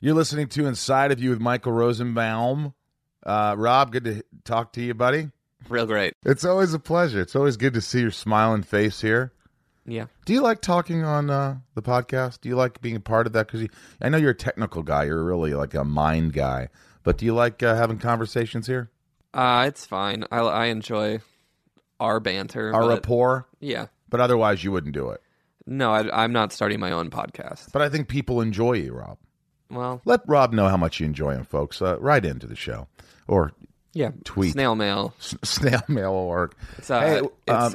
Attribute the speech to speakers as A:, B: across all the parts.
A: You're listening to Inside of You with Michael Rosenbaum. Uh, Rob, good to talk to you, buddy.
B: Real great.
A: It's always a pleasure. It's always good to see your smiling face here.
B: Yeah.
A: Do you like talking on uh, the podcast? Do you like being a part of that? Because I know you're a technical guy. You're really like a mind guy. But do you like uh, having conversations here?
B: Uh, it's fine. I, I enjoy our banter.
A: Our
B: but-
A: rapport?
B: Yeah.
A: But otherwise, you wouldn't do it.
B: No, I, I'm not starting my own podcast.
A: But I think people enjoy you, Rob.
B: Well,
A: Let Rob know how much you enjoy him, folks. Uh, right into the show. Or
B: yeah.
A: Tweet.
B: Snail mail.
A: s- snail mail will work.
B: It's, uh,
A: Hey,
B: it's
A: um,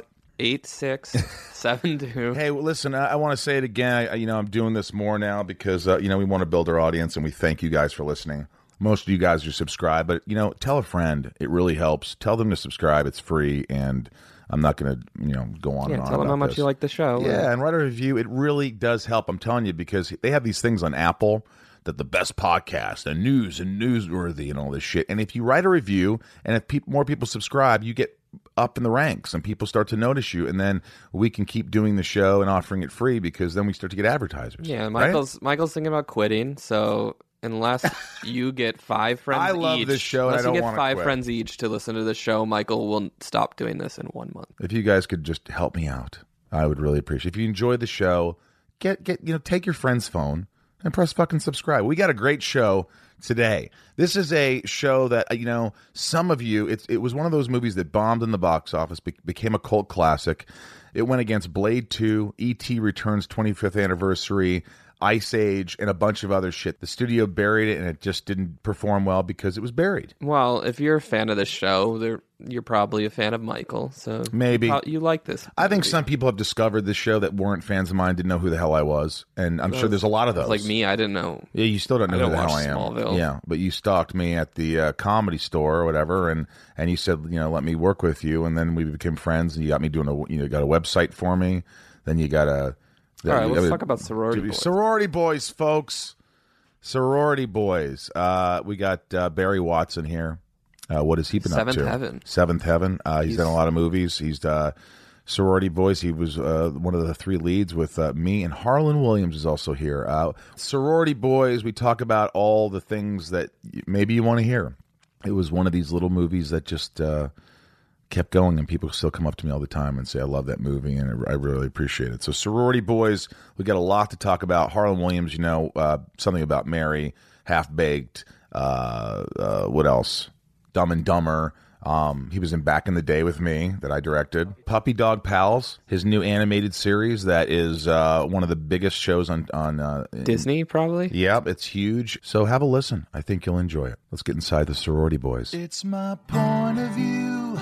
B: eight six seven two.
A: Hey, well, listen, I, I want to say it again. I, I- you know, I'm doing this more now because, uh, you know, we want to build our audience and we thank you guys for listening. Most of you guys are subscribed, but, you know, tell a friend. It really helps. Tell them to subscribe. It's free. And I'm not going to, you know, go on
B: Yeah,
A: and on.
B: tell them
A: about
B: how much
A: this.
B: you like the show.
A: Yeah, and write a review. It really does help. I'm telling you because they have these things on Apple that the best podcast and news and newsworthy and all this shit. And if you write a review and if peop more people subscribe, you get up in the ranks and people start to notice you. And then we can keep doing the show and offering it free because then we start to get advertisers.
B: Yeah,
A: right?
B: Michael's Michael's thinking about quitting. So unless you get five friends,
A: I love
B: each,
A: this show, and
B: Unless
A: I don't
B: you get
A: wanna
B: five
A: quit.
B: friends each to listen to the show, Michael will stop doing this in one month.
A: If you guys could just help me out, I would really appreciate. If you enjoyed the show, get get you know take your friend's phone and press fucking subscribe. We got a great show today. This is a show that uh, you know some of you. It's it was one of those movies that bombed in the box office, be- became a cult classic. It went against Blade Two, ET Returns 25th anniversary. Ice Age and a bunch of other shit. The studio buried it and it just didn't perform well because it was buried.
B: Well, if you're a fan of the show, there- you're probably a fan of Michael. So
A: Maybe.
B: you, prob- you like this.
A: I think
B: movie.
A: some people have discovered this show that weren't fans of mine, didn't know who the hell I was, and I'm sure there's a lot of those.
B: like me. I didn't know.
A: yeah. You still don't know
B: don't
A: who the hell I
B: watch
A: am.
B: Smallville.
A: Yeah, but you stalked me at the uh, comedy store or whatever, and and you said, you know, let me work with you, and then we became friends, and you got me doing a, you know, got a website for me, then you got a.
B: All right, let's
A: uh,
B: talk about sorority. Boys.
A: Sorority boys, folks. Sorority boys. Uh, we got uh, Barry Watson here. Uh, what has he been
B: Seventh
A: up to?
B: Heaven.
A: Seventh Heaven. Uh, he's, done a lot of movies. He's uh, sorority boys. He was uh, one of the three leads with uh, me and Harlan Williams is also here. Uh, sorority boys. We talk about all the things that y- maybe you want to hear. It was one of these little movies that just. Uh, kept going and people still come up to me all the time and say i love that movie and i really appreciate it so sorority boys we got a lot to talk about harlan williams you know uh, something about mary half baked uh, uh, what else dumb and dumber um, he was in back in the day with me that i directed puppy dog pals his new animated series that is uh, one of the biggest shows on, on uh,
B: Disney probably.
A: Yep, it's huge. So have a listen. I think you'll enjoy it. Let's get inside the sorority boys. It's my point of view.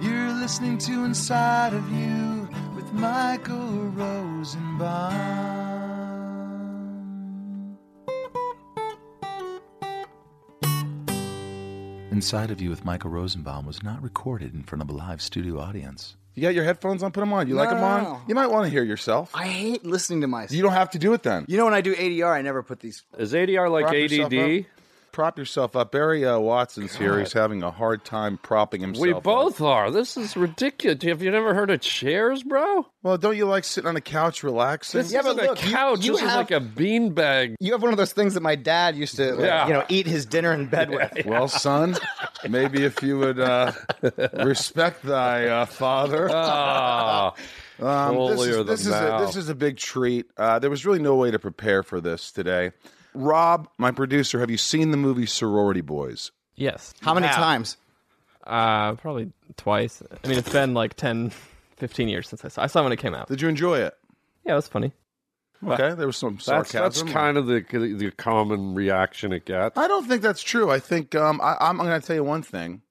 A: You're listening to Inside of You with Michael Rosenbaum.
C: Inside of You with Michael Rosenbaum was not recorded in front of a live studio audience.
A: You got your headphones on? Put them on. You like 'em
D: no,
A: on?
D: no.
A: You might want to hear yourself.
D: I hate listening to myself.
A: you don't have to do it then.
D: You know, when I do ADR, I never put these.
E: Is ADR like
A: Prop yourself
E: ADD?
A: Prop yourself up. Barry uh, Watson's here. He's having a hard time propping himself
E: We
A: up.
E: both are. This is ridiculous. Have you never heard of chairs, bro?
A: Well, don't you like sitting on a couch relaxing?
E: This
D: Yeah,
E: isn't
D: but
E: a
D: look, you-
E: couch.
D: you
E: this
D: have-
E: is like a beanbag.
D: You have one of those things that my dad used to, like,
E: Yeah.
D: you know, eat his dinner in bed with.
A: Well, son, maybe if you would uh, respect thy uh, father.
E: Ah,
A: Um, this,
E: holier
A: is,
E: than
A: this, is a,
E: thou.
A: this is a big treat. Uh, there was really no way to prepare for this today. Rob, my producer, have you seen the movie Sorority Boys?
F: Yes.
D: How many times?
F: Uh, probably twice. I mean, it's been like 10, 15 years since I saw. I saw it when it came out.
A: Did you enjoy it?
F: Yeah, it was funny.
A: Okay, there was some
E: that's,
A: sarcasm.
E: that's kind of the the common reaction it gets.
A: I don't think that's true. I think um, I, I'm going to tell you one thing.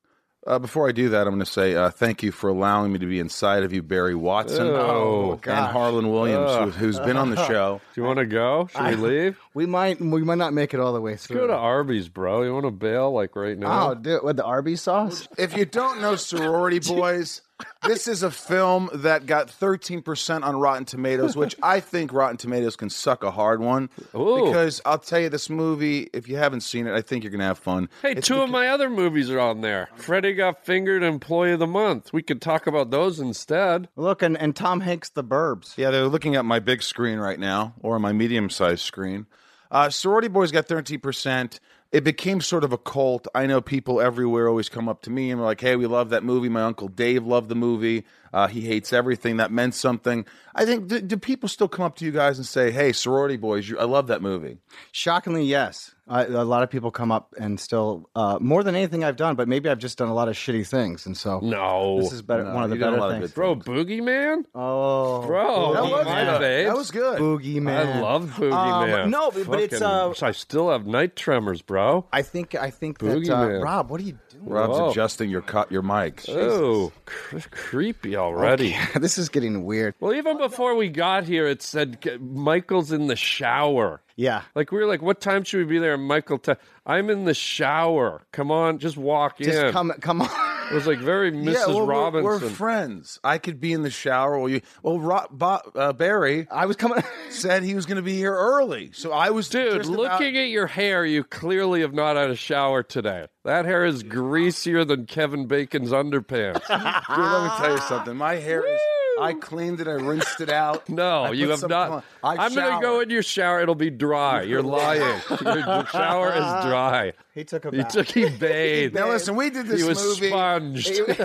A: Uh, before I do that, I'm going to say uh, thank you for allowing me to be inside of you, Barry Watson, uh,
E: Oh,
A: and Harlan Williams, who, who's been on the show.
E: Do you want to go? Should we leave?
D: We might, we might not make it all the way
E: Go
D: through.
E: to Arby's, bro. You want to bail like right now?
D: Oh, dude, with the Arby's sauce?
A: If you don't know Sorority Boys, this is a film that got 13% on Rotten Tomatoes, which I think Rotten Tomatoes can suck a hard one.
E: Ooh.
A: Because I'll tell you, this movie, if you haven't seen it, I think you're going to have fun.
E: Hey, two of my other movies are on there. Freddy Got Fingered, Employee of the Month. We could talk about those instead.
D: Look, and, and Tom Hanks, the burbs.
A: Yeah, they're looking at my big screen right now, or my medium sized screen. Uh, Sorority Boys got 13%. It became sort of a cult. I know people everywhere always come up to me and were like, hey, we love that movie. My Uncle Dave loved the movie. Uh, he hates everything. That meant something. I think, do, do people still come up to you guys and say, hey, Sorority Boys, you, I love that movie?
D: Shockingly, yes. I, a lot of people come up and still uh, more than anything I've done, but maybe I've just done a lot of shitty things, and so
E: No.
D: this is better.
A: No,
D: one of the
A: you done a
D: better
A: lot of
D: things.
A: good
E: Bro, Boogeyman?
D: oh,
E: Bro,
A: That was
E: my
A: good.
E: babes.
A: That was good.
D: boogeyman!
E: I love Boogeyman.
D: Um, no, but- but it's,
E: Fucking- I still have night tremors, bro.
D: I think I think that uh,
E: Boogeyman.
D: Rob, what are you doing?
A: Rob's
E: Whoa.
A: adjusting your cut, your mic.
E: Oh, cr- creepy already.
D: this is getting weird.
E: Well, even before we got here, it said "G- Michael's in the shower.
D: Yeah,
E: Like we were like, what time should we be there? And Michael, i I'm in the shower. Come on, just walk
D: just
E: in.
D: come come
E: It
D: on.
E: was like very Mrs.
A: Yeah, well, we're-
E: Robinson.
A: We're, friends. I could be in the shower while you. Well, Ro, Bo, uh, Barry
D: I was coming.
A: said he was going to be here early, so I was
E: Dude,
A: just about-
E: looking at your hair, you clearly have not had a shower today. That hair is greasier than Kevin Bacon's underpants.
A: Dude, let me tell you
E: Ah!
A: something. My hair is. I cleaned it. I rinsed it out.
E: No,
A: I put
E: you have
A: some
E: not.
A: cl- I
E: I'm going to go in your shower. It'll be dry. You're lying. your, your shower is dry.
D: he took a
E: You
D: bath.
E: took he bathed.
A: Now listen, we did this
E: he was
A: movie.
E: sponged.
D: it,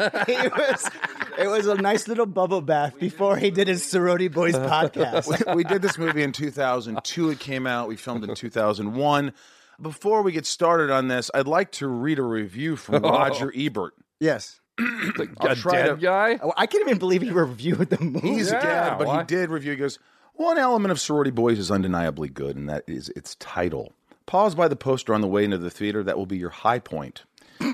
D: was it was a nice little bubble bath before he did his sorority boys podcast.
A: we, we did this movie in 2002. It came out. We filmed in 2001. Before we get started on this, I'd like to read a review from
E: Oh.
A: Roger Ebert.
D: Yes,
E: A
A: try
E: dead
A: to-
E: guy.
D: Oh, I can't even believe he reviewed the movie.
A: He's
E: Yeah,
A: dead, but
E: why-
A: he did review. He goes, one element of Sorority Boys is undeniably good, and that is its title. Pause by the poster on the way into the theater. That will be your high point.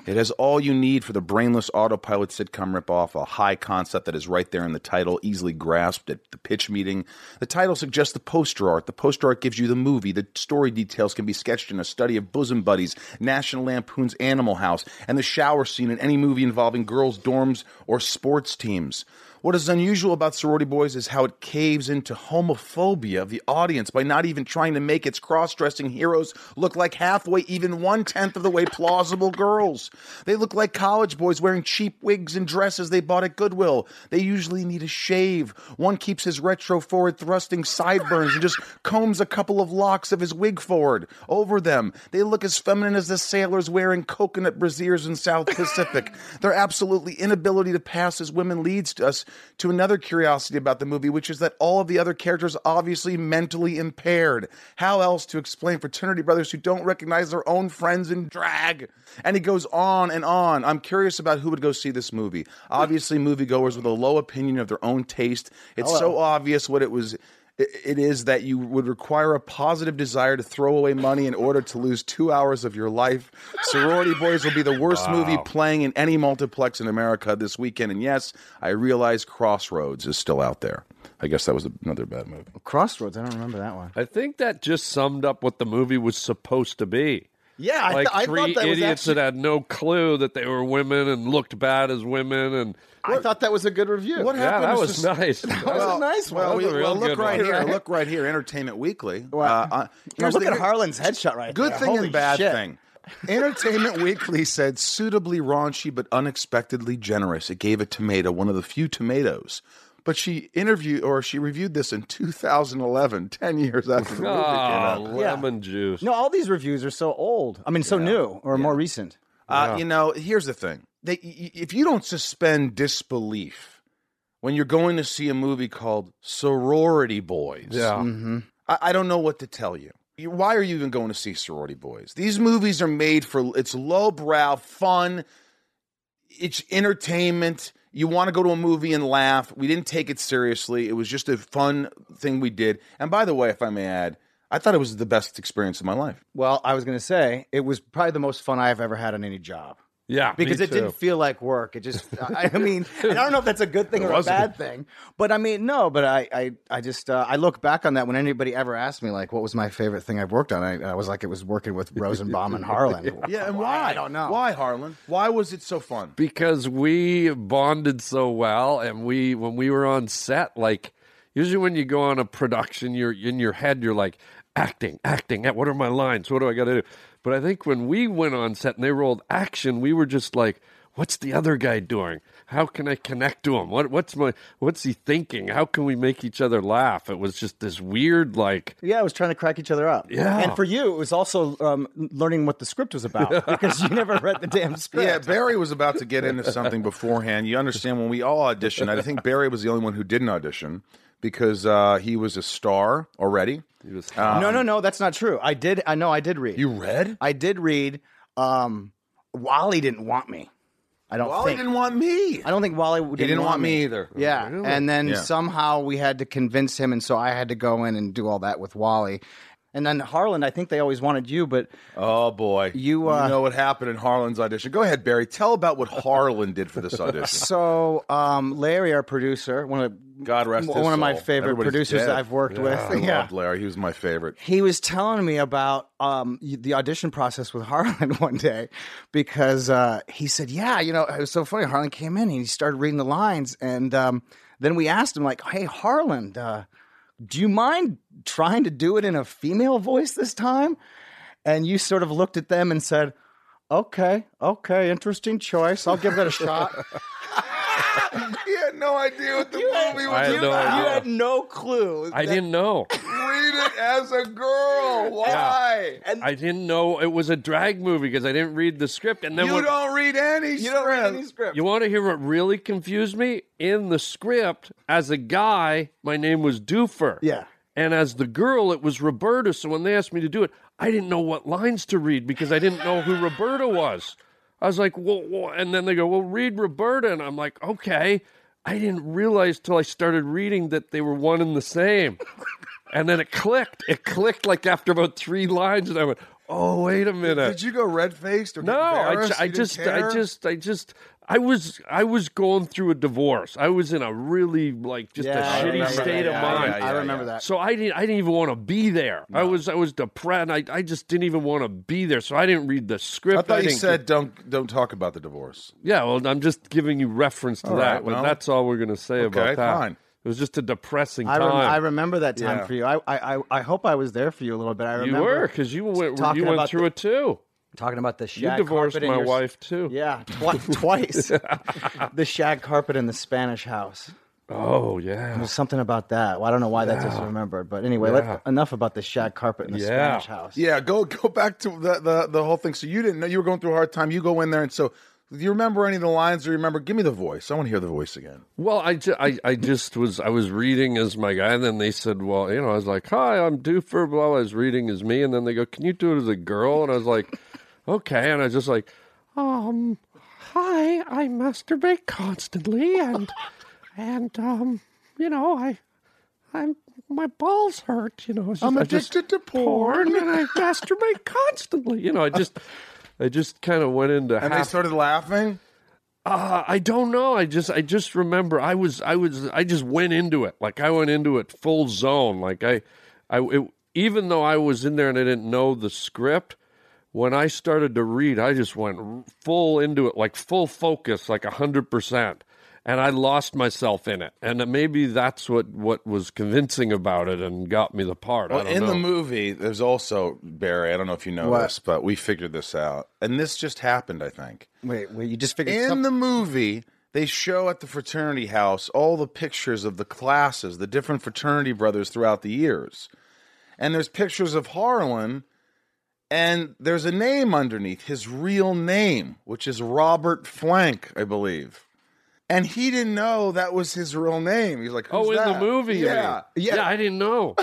A: It has all you need for the brainless autopilot sitcom ripoff, a high concept that is right there in the title, easily grasped at the pitch meeting. The title suggests the poster art. The poster art gives you the movie. The story details can be sketched in a study of Bosom Buddies, National Lampoon's Animal House, and the shower scene in any movie involving girls' dorms or sports teams. What is unusual about Sorority Boys is how it caves into homophobia of the audience by not even trying to make its cross dressing heroes look like halfway, even one tenth of the way plausible girls. They look like college boys wearing cheap wigs and dresses they bought at Goodwill. They usually need a shave. One keeps his retro forward thrusting sideburns and just combs a couple of locks of his wig forward over them. They look as feminine as the sailors wearing coconut brasiers in South Pacific. Their absolutely inability to pass as women leads to us to another curiosity about the movie, which is that all of the other characters are obviously mentally impaired. How else to explain fraternity brothers who don't recognize their own friends in drag? And he goes on and on. I'm curious about who would go see this movie. Obviously, moviegoers with a low opinion of their own taste. It's so obvious what it was it it is that you would require a positive desire to throw away money in order to lose two hours of your life. Sorority Boys will be the worst movie playing in any multiplex in America this weekend. And yes, I realize Crossroads is still out there. I guess that was another bad movie.
D: Crossroads. I don't remember that one.
E: I think that just summed up what the movie was supposed to be.
D: Yeah, I,
E: like
D: th- I
E: three
D: thought that was
E: idiots
D: actually,
E: that had no clue that they were women and looked bad as women. And
D: I thought that was a good review.
A: What
E: yeah,
A: happened?
E: that
A: is
E: was
A: this-
E: nice.
D: was a nice one.
A: Well,
E: That was
A: we,
E: a real
A: well look
E: good
A: right
E: one.
A: here. Look right here. Entertainment Weekly. Uh,
D: Wow.
A: uh,
D: Now,
A: here's
D: look
A: the-
D: at Harlan's headshot right
A: Good
D: there.
A: thing
D: Holy
A: and bad
D: shit.
A: thing. Entertainment Weekly said suitably raunchy but unexpectedly generous. It gave a tomato one of the few tomatoes. But she interviewed or she reviewed this in 2011, 10 years after the movie came
D: Oh,
E: Ah,
A: out.
E: lemon juice.
D: No, all these reviews are so old. I mean, so new or more recent.
A: Uh, you know, here's the thing: they, y- y- if you don't suspend disbelief when you're going to see a movie called Sorority Boys,
E: Yeah.
D: mm.
A: I, I don't know what to tell you. You- Why are you even going to see Sorority Boys? These movies are made for it's lowbrow, fun, it's entertainment. You want to go to a movie and laugh. We didn't take it seriously. It was just a fun thing we did. And by the way, if I may add, I thought it was the best experience of my life.
D: Well, I was going to say it was probably the most fun I've ever had on any job
E: Yeah,
D: because
E: me
D: it didn't
E: too.
D: feel like work. It just, I I mean, and I don't know if that's a good thing or a bad thing, but I mean, no, but I, I, I just, uh, I look back on that when anybody ever asked me, like, what was my favorite thing I've worked on? I, I was like, it was working with Rosenbaum and Harlan.
A: Yeah, and why?
D: I don't know.
A: Why, Harlan? Why was it so fun?
E: because we bonded so well and we when we were on set like usually when you go on a production you're in your head you're like acting acting what are my lines what do i got to do but i think when we went on set and they rolled action we were just like what's the other guy doing? How can I connect to him? What what's my what's he thinking? How can we make each other laugh? It was just this weird like
D: Yeah, I was trying to crack each other up.
E: Yeah.
D: And for you, it was also um, learning what the script was about because you never read the damn script.
A: Yeah, Barry was about to get into something beforehand. You understand when we all auditioned, I think Barry was the only one who didn't audition because uh, he was a star already. He was
D: no, no, no, that's not true. I did. I know. I did read.
A: You read?
D: I did read. Um, Wally didn't want me. I don't
A: Wally
D: think.
A: didn't want me.
D: I don't think Wally didn't,
A: He didn't want me either.
D: Yeah, and then
A: Yeah.
D: somehow we had to convince him, and so I had to go in and do all that with Wally. And then Harlan, I think they always wanted you, but
A: Oh boy,
D: You, uh,
A: know what happened in Harlan's audition. Go ahead, Barry. Tell about what Harlan did for this audition.
D: so um, Larry, our producer, one of
A: God rest his
D: one of my
A: soul.
D: favorite
A: Everybody's
D: producers
A: dead.
D: that I've worked
A: I
D: with. Yeah,
A: loved Larry. He was my favorite.
D: he was telling me about um, y- the audition process with Harlan one day because uh, he said, "Yeah, you know, it was so funny." Harlan came in and he started reading the lines, and um, then we asked him, "Like, hey, Harlan, uh, do you mind trying to do it in a female voice this time?" And you sort of looked at them and said, "Okay, okay, interesting choice. I'll give that a shot."
A: He had no idea what the movie
E: I
A: was
E: had no
A: about.
D: you had no clue.
E: I didn't know.
A: Read it as a girl. Why?
E: I didn't know it was a drag movie because I didn't read the script. And then
A: You
E: when,
A: don't read any
D: You don't read any script.
E: You want to hear what really confused me? In the script, as a guy, my name was Doofer.
D: Yeah.
E: And as the girl, it was Roberta. So when they asked me to do it, I didn't know what lines to read because I didn't know who Roberta was. I was like, well, well," and then they go, well, read Roberta. And I'm like, okay. I didn't realize till I started reading that they were one and the same. And then it clicked. It clicked like after about three lines. And I went, oh, wait a minute.
A: Did you go red faced or
E: No, I, ju-
A: embarrassed?
E: I
A: You didn't
E: just,
A: care?
E: I just, I just, I was, I was going through a divorce. I was in a really like just
D: Yeah, I
E: a shitty
D: remember
E: state
D: that.
E: of
D: Yeah,
E: mind.
A: yeah,
D: I remember that.
E: So I didn't, I didn't even want to be there. I was, I was depressed. I, I just didn't even want to be there. So I didn't read the script.
A: I thought you
E: didn't-
A: said don't don't talk about the divorce.
E: yeah. Well, I'm just giving you reference to
A: All
E: that,
A: right,
E: but
A: well,
E: that's all we're gonna say about that.
A: fine.
E: It was just a depressing
D: I,
E: time.
D: rem- I remember that time
A: Yeah.
D: for you. I, I I- I hope I was there for you a little bit. I
E: you
D: remember
E: were because you went,
D: talking
E: you went
D: about
E: through
D: the-
E: it too.
D: talking about the
E: You
D: shag
E: divorced
D: carpet in
E: my
D: your-
E: wife too.
D: Yeah, twi- twice. the shag carpet in the Spanish house.
E: Oh yeah.
D: There's something about that. Well, I don't know why that just remembered, but anyway,
E: Yeah.
D: let, enough about the shag carpet in the
E: Yeah.
D: Spanish house.
A: Yeah, go go back to the, the the whole thing. So you didn't know you were going through a hard time. You go in there and so do you remember any of the lines? Or you remember? Give me the voice. I want to hear the voice again.
E: Well, I, ju- I, I just was I was reading as my guy, and then they said, "Well, you know," I was like, "Hi, I'm Doofer." Blah. I was reading as me, and then they go, "Can you do it as a girl?" And I was like, "Okay," and I was just like, "Um, hi, I masturbate constantly, and and um, you know, I I'm my balls hurt. You know, it's just,
A: I'm
E: I just-
A: addicted to porn.
E: and I masturbate constantly. You know, I just." I just kind of went into
A: And they
E: half
A: started laughing.
E: uh, I don't know. I just I just remember I was I was I just went into it like I went into it full zone. Like I I it, even though I was in there and I didn't know the script, when I started to read, I just went r- full into it like full focus, like hundred percent, and I lost myself in it. And maybe that's what what was convincing about it and got me the part. I
A: Well,
E: don't
A: in
E: know.
A: the movie, there's also Barry. I don't know if you know
D: What?
A: this, but we figured this out, and this just happened. I think
D: Wait, wait, you just figured
A: in
D: something.
A: the movie they show at the fraternity house all the pictures of the classes the different fraternity brothers throughout the years and there's pictures of harlan and there's a name underneath his real name which is robert flank i believe and he didn't know that was his real name he's like
E: Oh,
A: "Who's
E: in the
A: that?"
E: movie, you
A: yeah
E: mean? yeah. I didn't know.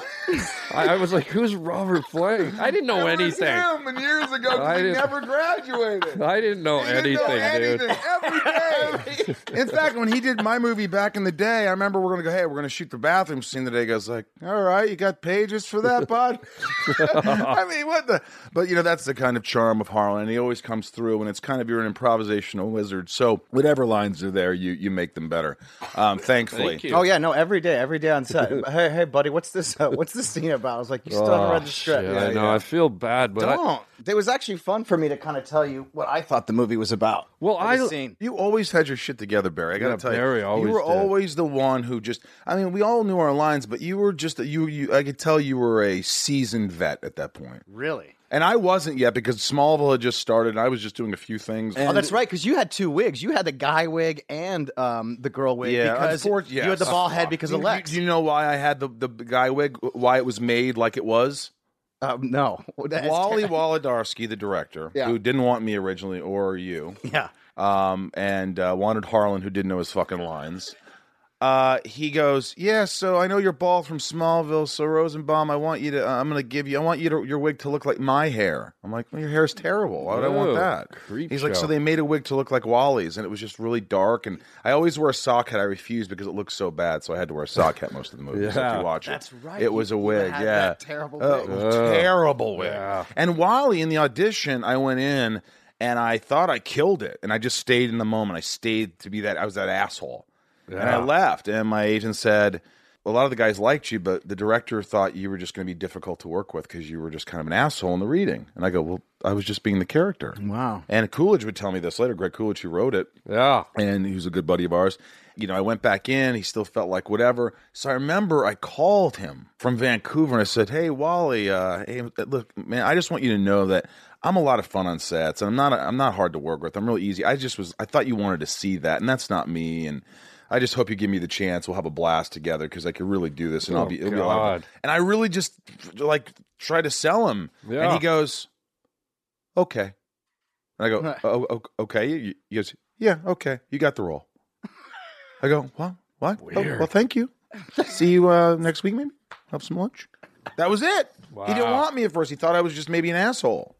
E: I, I was like, "Who's Robert Flake?" I didn't know
A: It was
E: anything.
A: him and years ago 'cause
E: I
A: he
E: didn't-
A: never graduated
E: I didn't know,
A: He
E: anything,
A: didn't know
E: dude.
A: anything, Every day. in fact, when he did my movie back in the day, I remember we're gonna go, hey, we're gonna shoot the bathroom scene today. He Goes like, all right, you got pages for that, bud. I mean, what the? But you know, that's the kind of charm of Harlan. He always comes through, and it's kind of you're an improvisational wizard. So whatever lines are there, you you make them better. Um, thankfully,
E: Thank you.
D: Oh yeah, no, every day, every day on set. hey, hey, buddy, what's this? Uh, what's this scene about? I was like, you still haven't read the script.
E: Oh, Shit, I know. I feel bad, but I-
D: Don't. It was actually fun for me to kind of tell you what I thought the movie was about.
E: well,
D: Or
E: I
D: the scene.
A: You always had your shit together, Barry. I gotta
E: Yeah,
A: tell
E: Barry
A: you,
E: always
A: you were
E: did.
A: always the one who just—I mean, we all knew our lines, but you were just—you, you, I could tell you were a seasoned vet at that point.
D: Really?
A: And I wasn't yet because Smallville had just started and I was just doing a few things.
D: oh, that's right, because you had two wigs. You had the guy wig and um, the girl wig.
A: Yeah,
D: because
A: unfor-
D: you had the
A: yes.
D: ball head because
A: Do
D: of
A: you-
D: Lex.
A: Do you know why I had the, the guy wig? Why it was made like it was?
D: um, no, That's
A: Wally
D: ter-
A: Wolodarski, the director,
D: Yeah.
A: who didn't want me originally or you,
D: Yeah,
A: um, and uh, wanted Harlan, who didn't know his fucking lines. Uh, he goes, yeah. So I know you're bald from Smallville. So Rosenbaum, I want you to. Uh, I'm gonna give you. I want you to your wig to look like my hair. I'm like, well, your hair's terrible. Why would I want
E: Whoa,
A: that?
E: creep
A: He's like,
E: show.
A: so they made a wig to look like Wally's, and it was just really dark. And I always wear a sock hat. I refused because it loooks so bad. So I had to wear a sock hat most of the movies. if
E: Yeah.
A: you watch it,
D: that's right.
A: It was a
D: You- you
A: wig.
D: had
A: yeah,
D: that terrible
A: Oh,
D: wig.
A: it was terrible wig. And Wally in the audition, I went in and I thought I killed it, and I just stayed in the moment. I stayed to be that. I was that asshole, and I left. And my agent said. A lot of the guys liked you, but the director thought you were just going to be difficult to work with because you were just kind of an asshole in the reading. And I go, Well, I was just being the character.
D: Wow.
A: And Coolidge would tell me this later. Greg Coolidge, who wrote it,
E: Yeah.
A: and he was a good buddy of ours. You know, I went back in. He still felt like whatever. So I remember I called him from Vancouver and I said, "Hey, Wally, uh, hey, look, man, I just want you to know that I'm a lot of fun on sets, and I'm not I'm not hard to work with. I'm really easy. I just was I thought you wanted to see that, and that's not me. And I just hope you give me the chance. We'll have a blast together because I could really do this, and I'll be it'll be a lot of
E: Oh, God.
A: fun. And I really just like try to sell him, and
E: Yeah.
A: he goes, "Okay." And I go, oh, oh, okay. You- He goes, yeah, okay. You got the role. I go, well, what? Oh, well, thank you. See you uh, next week, maybe. Have some lunch. That was it. He didn't want me at first. He thought I was just maybe an asshole.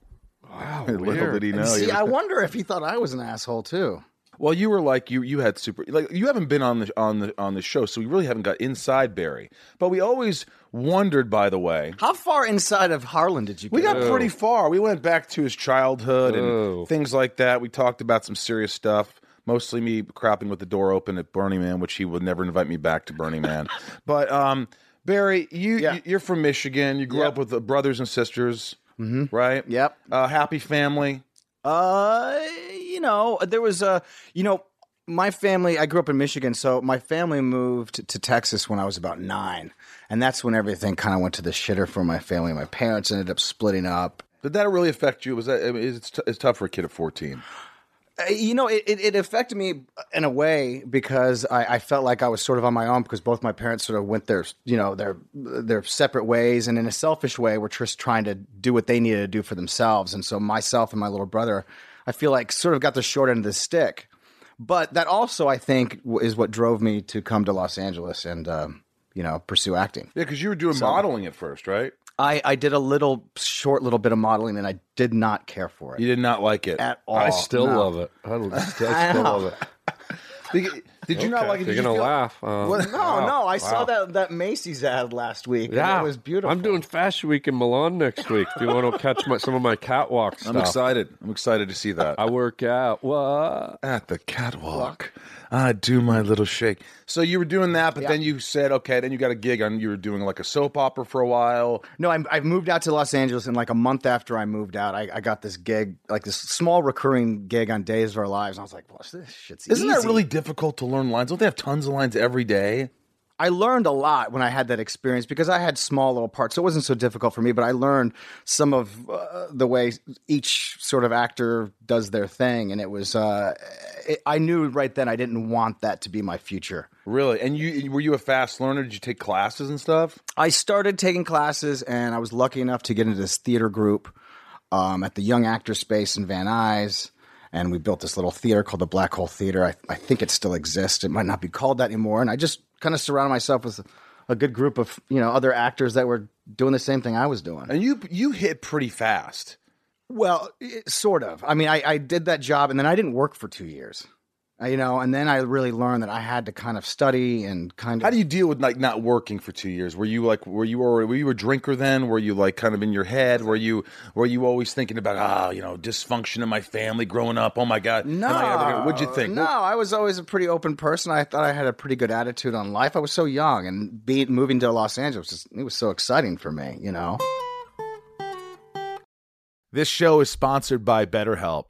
A: Wow. Little did he know.
D: See,
A: He
D: I
A: was-
D: wonder if he thought I was an asshole too.
A: well, you were like you you had super like you haven't been on the on the on the show, so we really haven't got inside Barry. But we always wondered, by the way.
D: How far inside of Harlan did you get?
A: We got pretty far. We went back to his childhood and
E: Oh.
A: things like that. We talked about some serious stuff. Mostly me crapping with the door open at Burning Man, which he would never invite me back to Burning Man. but um, Barry, you
D: Yeah.
A: you- you're from Michigan. You grew up with uh, brothers and sisters, mm-hmm. right?
D: Yep.
A: Uh, happy family.
D: Uh, you know, there was a, you know, my family. I grew up in Michigan, so my family moved to Texas when I was about nine, and that's when everything kind of went to the shitter for my family. My parents ended up splitting up.
A: Did that really affect you? Was that I mean, it's, t- it's tough for a kid of fourteen?
D: Uh, You know, it, it, it affected me in a way because I, I felt like I was sort of on my own because both my parents sort of went their, you know, their their separate ways, and in a selfish way, were just trying to do what they needed to do for themselves. And so myself and my little brother, I feel like sort of got the short end of the stick. But that also, I think, w- is what drove me to come to Los Angeles and, um, you know, pursue acting.
A: Yeah, because you were doing modeling at first, right?
D: I, I did a little short little bit of modeling, and I did not care for it
A: You did not like it.
D: at all.
E: I still
D: Oh, No.
E: love it. I, l- I still
D: know.
E: love it.
A: Did, did you not like it? Did
E: You're
A: you
E: gonna
A: feel-
E: laugh. Uh,
D: No, no, I saw that that Macy's ad last week. Yeah,
E: Yeah,
D: it was beautiful.
E: I'm doing Fashion Week in Milan next week. If you want to catch my, some of my catwalk stuff,
A: I'm excited. I'm excited to see that.
E: I work out. What?
A: at the catwalk. I do my little shake. So you were doing that, but then you said, okay, then you got a gig on. You were doing like a soap opera for a while.
D: No, I'm, I moved out to Los Angeles, and like a month after I moved out, I, I got this gig, like this small recurring gig on Days of Our Lives, and I was like, "Well, this shit's
A: Isn't that
D: easy."
A: really difficult to learn lines? Don't they have tons of lines every day?
D: I learned a lot when I had that experience because I had small little parts, so it wasn't so difficult for me. But I learned some of uh, the way each sort of actor does their thing, and it was. Uh, it, I knew right then I didn't want that to be my future.
A: Really? And you were you a fast learner? Did you take classes and stuff?
D: I started taking classes, and I was lucky enough to get into this theater group um, at the Young Actor Space in Van Nuys. And we built this little theater called the Black Hole Theater. I, I think it still exists. It might not be called that anymore. And I just kind of surrounded myself with a good group of you know other actors that were doing the same thing I was doing.
A: And you you hit pretty fast.
D: Well, it- sort of. I mean, I, I did that job, and then I didn't work for two years. Uh, You know, and then I really learned that I had to kind of study and kind of.
A: How do you deal with like not working for two years? Were you like were you already were you a drinker then? Were you like kind of in your head? Were you were you always thinking about ah you know dysfunction in my family growing up? Oh my god, am
D: No.
A: I ever gonna-" what'd you think?
D: No, I was always a pretty open person. I thought I had a pretty good attitude on life. I was so young, and being moving to Los Angeles, is- it was so exciting for me. You know,
A: This show is sponsored by BetterHelp.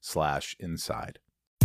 A: slash inside.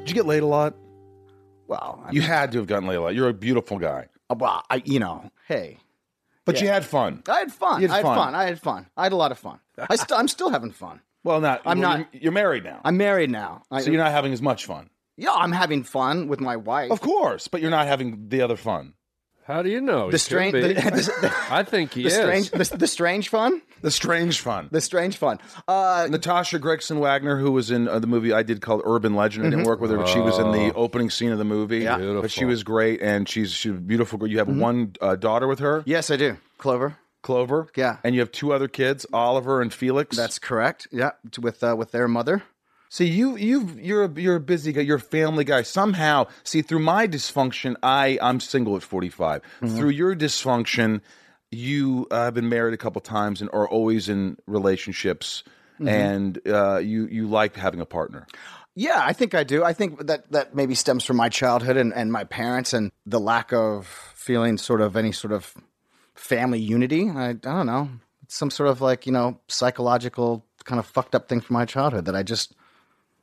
A: Did you get laid a lot?
D: Well, I uh,
A: You had to have gotten laid a lot. You're a beautiful guy.
D: well, I, you know, hey,
A: But you had fun.
D: I had fun.
A: You had
D: I had
A: fun.
D: fun. I had fun. I had a lot of fun. I st- I'm still having fun.
A: Well, not.
D: I'm
A: well,
D: not-
A: You're, you're married now.
D: I'm married now. I,
A: so you're not having as much fun.
D: yeah, I'm having fun with my wife.
A: Of course, but you're not having the other fun.
E: How do you
D: the
E: know? He could
D: strange,
E: be.
D: the, the,
E: I think he
D: the
E: is.
D: strange, the, the strange fun.
A: The strange fun.
D: The strange fun. Uh,
A: Natasha Gregson Wagner, who was in uh, the movie I did called Urban Legend, I didn't work with her, but she was in the opening scene of the movie.
D: Mm-hmm. Oh. Yeah. Mm-hmm.
A: But she was great, and she's she's a beautiful. girl. You have one uh, daughter with her,
D: yes, I do. Clover.
A: Clover.
D: Yeah.
A: and you have two other kids, Oliver and Felix.
D: That's correct. Yeah, t- with uh, with their mother.
A: see you you you're a, you're a busy guy. You're a family guy. Somehow, see through my dysfunction, I I'm single at 45.
D: Mm-hmm.
A: Through your dysfunction, you uh, have been married a couple times and are always in relationships.
D: Mm-hmm.
A: And uh, you you like having a partner.
D: Yeah, I think I do. I think that that maybe stems from my childhood and, and my parents and the lack of feeling sort of any sort of family unity. I, I don't know. It's some sort of like, you know, psychological kind of fucked up thing from my childhood that I just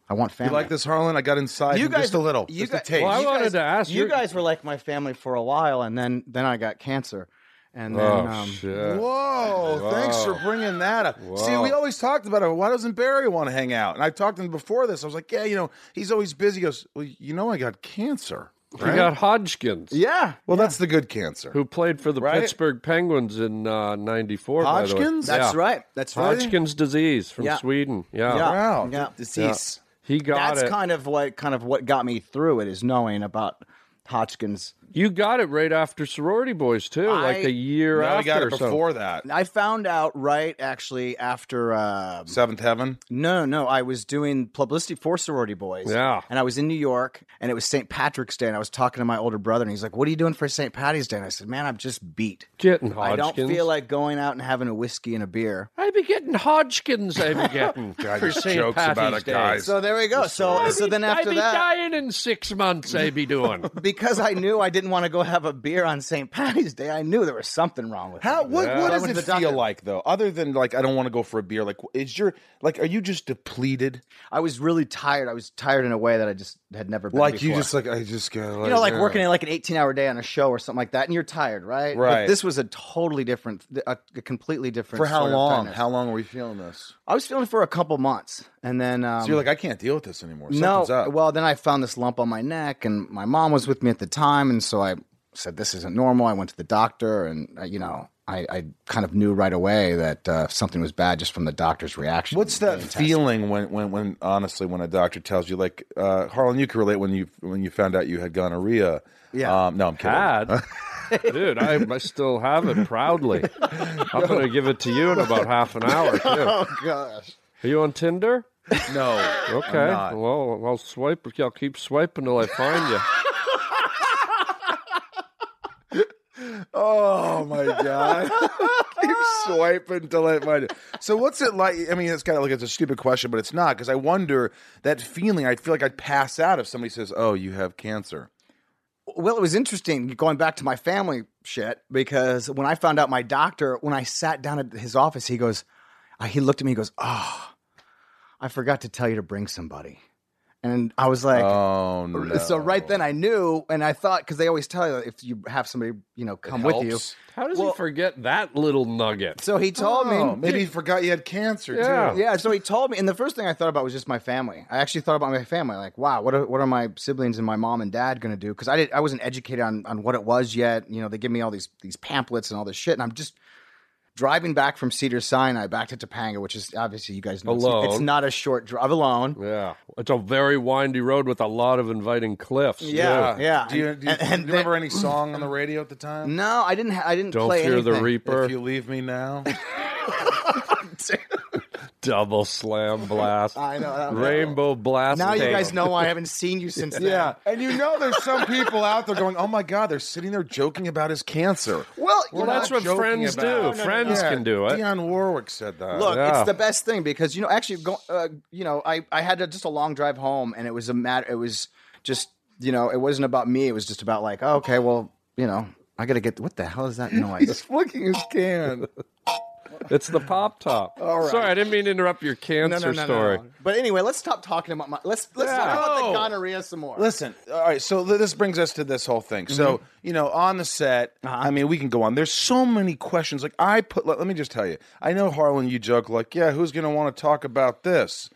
D: I want family.
A: You like this, Harlan? I got inside you guys, just a little.
D: You
A: just
D: guys,
A: a taste.
E: Well, I
D: you
E: wanted
D: guys-
E: to ask
D: you
E: your-
D: guys were like my family for a while and then then I got cancer. And then
E: Oh,
D: um,
E: shit.
A: Whoa, thanks for bringing that up. See, we always talked about it. Why doesn't Barry want to hang out? And I talked to him before this. I was like, yeah, you know, he's always busy. He goes, well, you know, I got cancer.
E: You got Hodgkins,
D: yeah.
A: Well, that's the good cancer.
E: who played for the
A: Right?
E: Pittsburgh Penguins in uh, '94.
A: Hodgkins?
E: By the way.
D: That's
E: Yeah.
D: right. That's right.
E: Hodgkin's disease from
D: Yeah.
E: Sweden. Yeah.
D: Yeah.
A: Wow.
D: Yeah. Disease.
E: he got
D: that's
E: it.
D: kind of what kind of what got me through it is knowing about Hodgkin's.
E: you got it right after sorority boys too,
D: I-
E: like a year
A: No,
E: after.
A: I got it
E: or something.
A: before that.
D: I found out right actually after um
A: Seventh Heaven.
D: no no I was doing publicity for sorority boys
E: Yeah.
D: and I was in New York and it was St Patrick's Day and I was talking to my older brother and he's like what are you doing for St Patty's Day and I said man I'm just beat
E: Getting
D: I
E: Hodgkins.
D: don't feel like going out and having a whiskey and a beer
E: I be getting Hodgkins. I be getting
A: God,
E: for
A: these
E: St.
A: jokes
E: Patty's
A: about it,
E: Day.
A: guys.
D: so there we go so so then
E: I
D: after
E: be
D: that
E: dying in six months. I be doing.
D: because I knew I didn't want to go have a beer on St Patty's Day I knew there was something wrong with
A: How
D: me.
A: what what
D: So I
A: does
D: went
A: it
D: to the
A: feel
D: doctor.
A: like though? Other than like I don't want to go for a beer. Like is your like are you just depleted?
D: I was really tired. I was tired in a way that I just had never been
A: Like
D: before.
A: you just like I just go
D: you know, like working in like an eighteen-hour day on a show or something like that, and you're tired, right?
A: Right.
D: But this was a totally different, a, a completely different.
A: for how
D: sort of
A: long?
D: tiredness.
A: How long were you feeling this?
D: I was feeling it for a couple months, and then um,
A: So you're like I can't deal with this anymore.
D: no.
A: Something's up.
D: Well, then I found this lump on my neck, and my mom was with me at the time, and so I said, "This isn't normal." I went to the doctor, and uh, you know, I, I kind of knew right away that uh, something was bad just from the doctor's reaction.
G: What's that feeling when, when, when honestly, when a doctor tells you, like uh, Harlan, you can relate when you when you found out you had gonorrhea.
D: Yeah.
G: Um, no, I'm kidding.
E: Had. Dude, I, I still have it proudly. I'm going to give it to you in about half an hour. Too. Are
D: Oh, Gosh.
E: you on Tinder?
G: No.
E: Okay.
G: not.
E: Well, I'll swipe. I'll keep swiping till I find you.
G: Oh my god! Keep swiping till I find it. So what's it like? I mean, it's kind of like it's a stupid question, but it's not because I wonder that feeling. I feel like I'd pass out if somebody says, "Oh, you have cancer."
D: Well, it was interesting going back to my family shit because when I found out my doctor, when I sat down at his office, he goes, uh, he looked at me, he goes, oh, I forgot to tell you to bring somebody. And I was like,
G: Oh no!
D: so right then I knew, and I thought, because they always tell you if you have somebody, you know, come with you.
G: Helps.
E: How does he forget that little nugget?
D: So he told me,
G: Oh, maybe you forgot you had cancer
E: Yeah.
G: too.
D: Yeah, so he told me, and the first thing I thought about was just my family. I actually thought about my family, like, wow, what are what are my siblings and my mom and dad going to do? Because I did, I wasn't educated on on what it was yet. You know, they give me all these these pamphlets and all this shit, and I'm just driving back from Cedar Sinai back to Topanga, which is obviously you guys know it's-
E: Alone.
D: It's, not a short drive alone.
E: Yeah. It's a very windy road with a lot of inviting cliffs.
D: Yeah, Oh, yeah.
G: Do you, do you,
D: And- Mm, and
G: do you remember any song on the radio at the time?
D: No, I didn't. Ha- I didn't
E: Don't
D: play
E: fear the
D: anything.
E: reaper.
G: If you leave me now,
E: Double slam blast.
D: I know. I know.
E: Rainbow blast.
D: Now you
E: tape.
D: guys know why I haven't seen you since then.
G: yeah. And you know, there's some people out there going, "Oh my God!" They're sitting there joking about his cancer.
D: Well, you
E: Well,
D: know,
E: that's what
G: joking
E: friends
G: about it. No, no,
E: do.
G: no,
E: friends
G: Yeah,
E: can do it.
G: Dionne Warwick said that.
D: Look,
E: Oh, Yeah.
D: it's the best thing because you know, actually, go, uh, you know, I I had a, just a long drive home, and it was a matter. It was just you know, it wasn't about me. It was just about like, oh, okay, well, you know, I got to get what the hell is that noise?
G: flicking his can.
E: It's the pop top. Sorry, I didn't mean to interrupt your cancer story.
D: But anyway, let's stop talking about my. Let's let's
E: Yeah. Oh.
D: talk about
G: No.
D: the gonorrhea some more.
G: Listen, all right. So th- this brings us to this whole thing. So you know, on the set, I mean, we can go on. There's so many questions. Like I put. Let, let me just tell you. I know Harlan, you joke like, yeah, who's going to want to talk about this?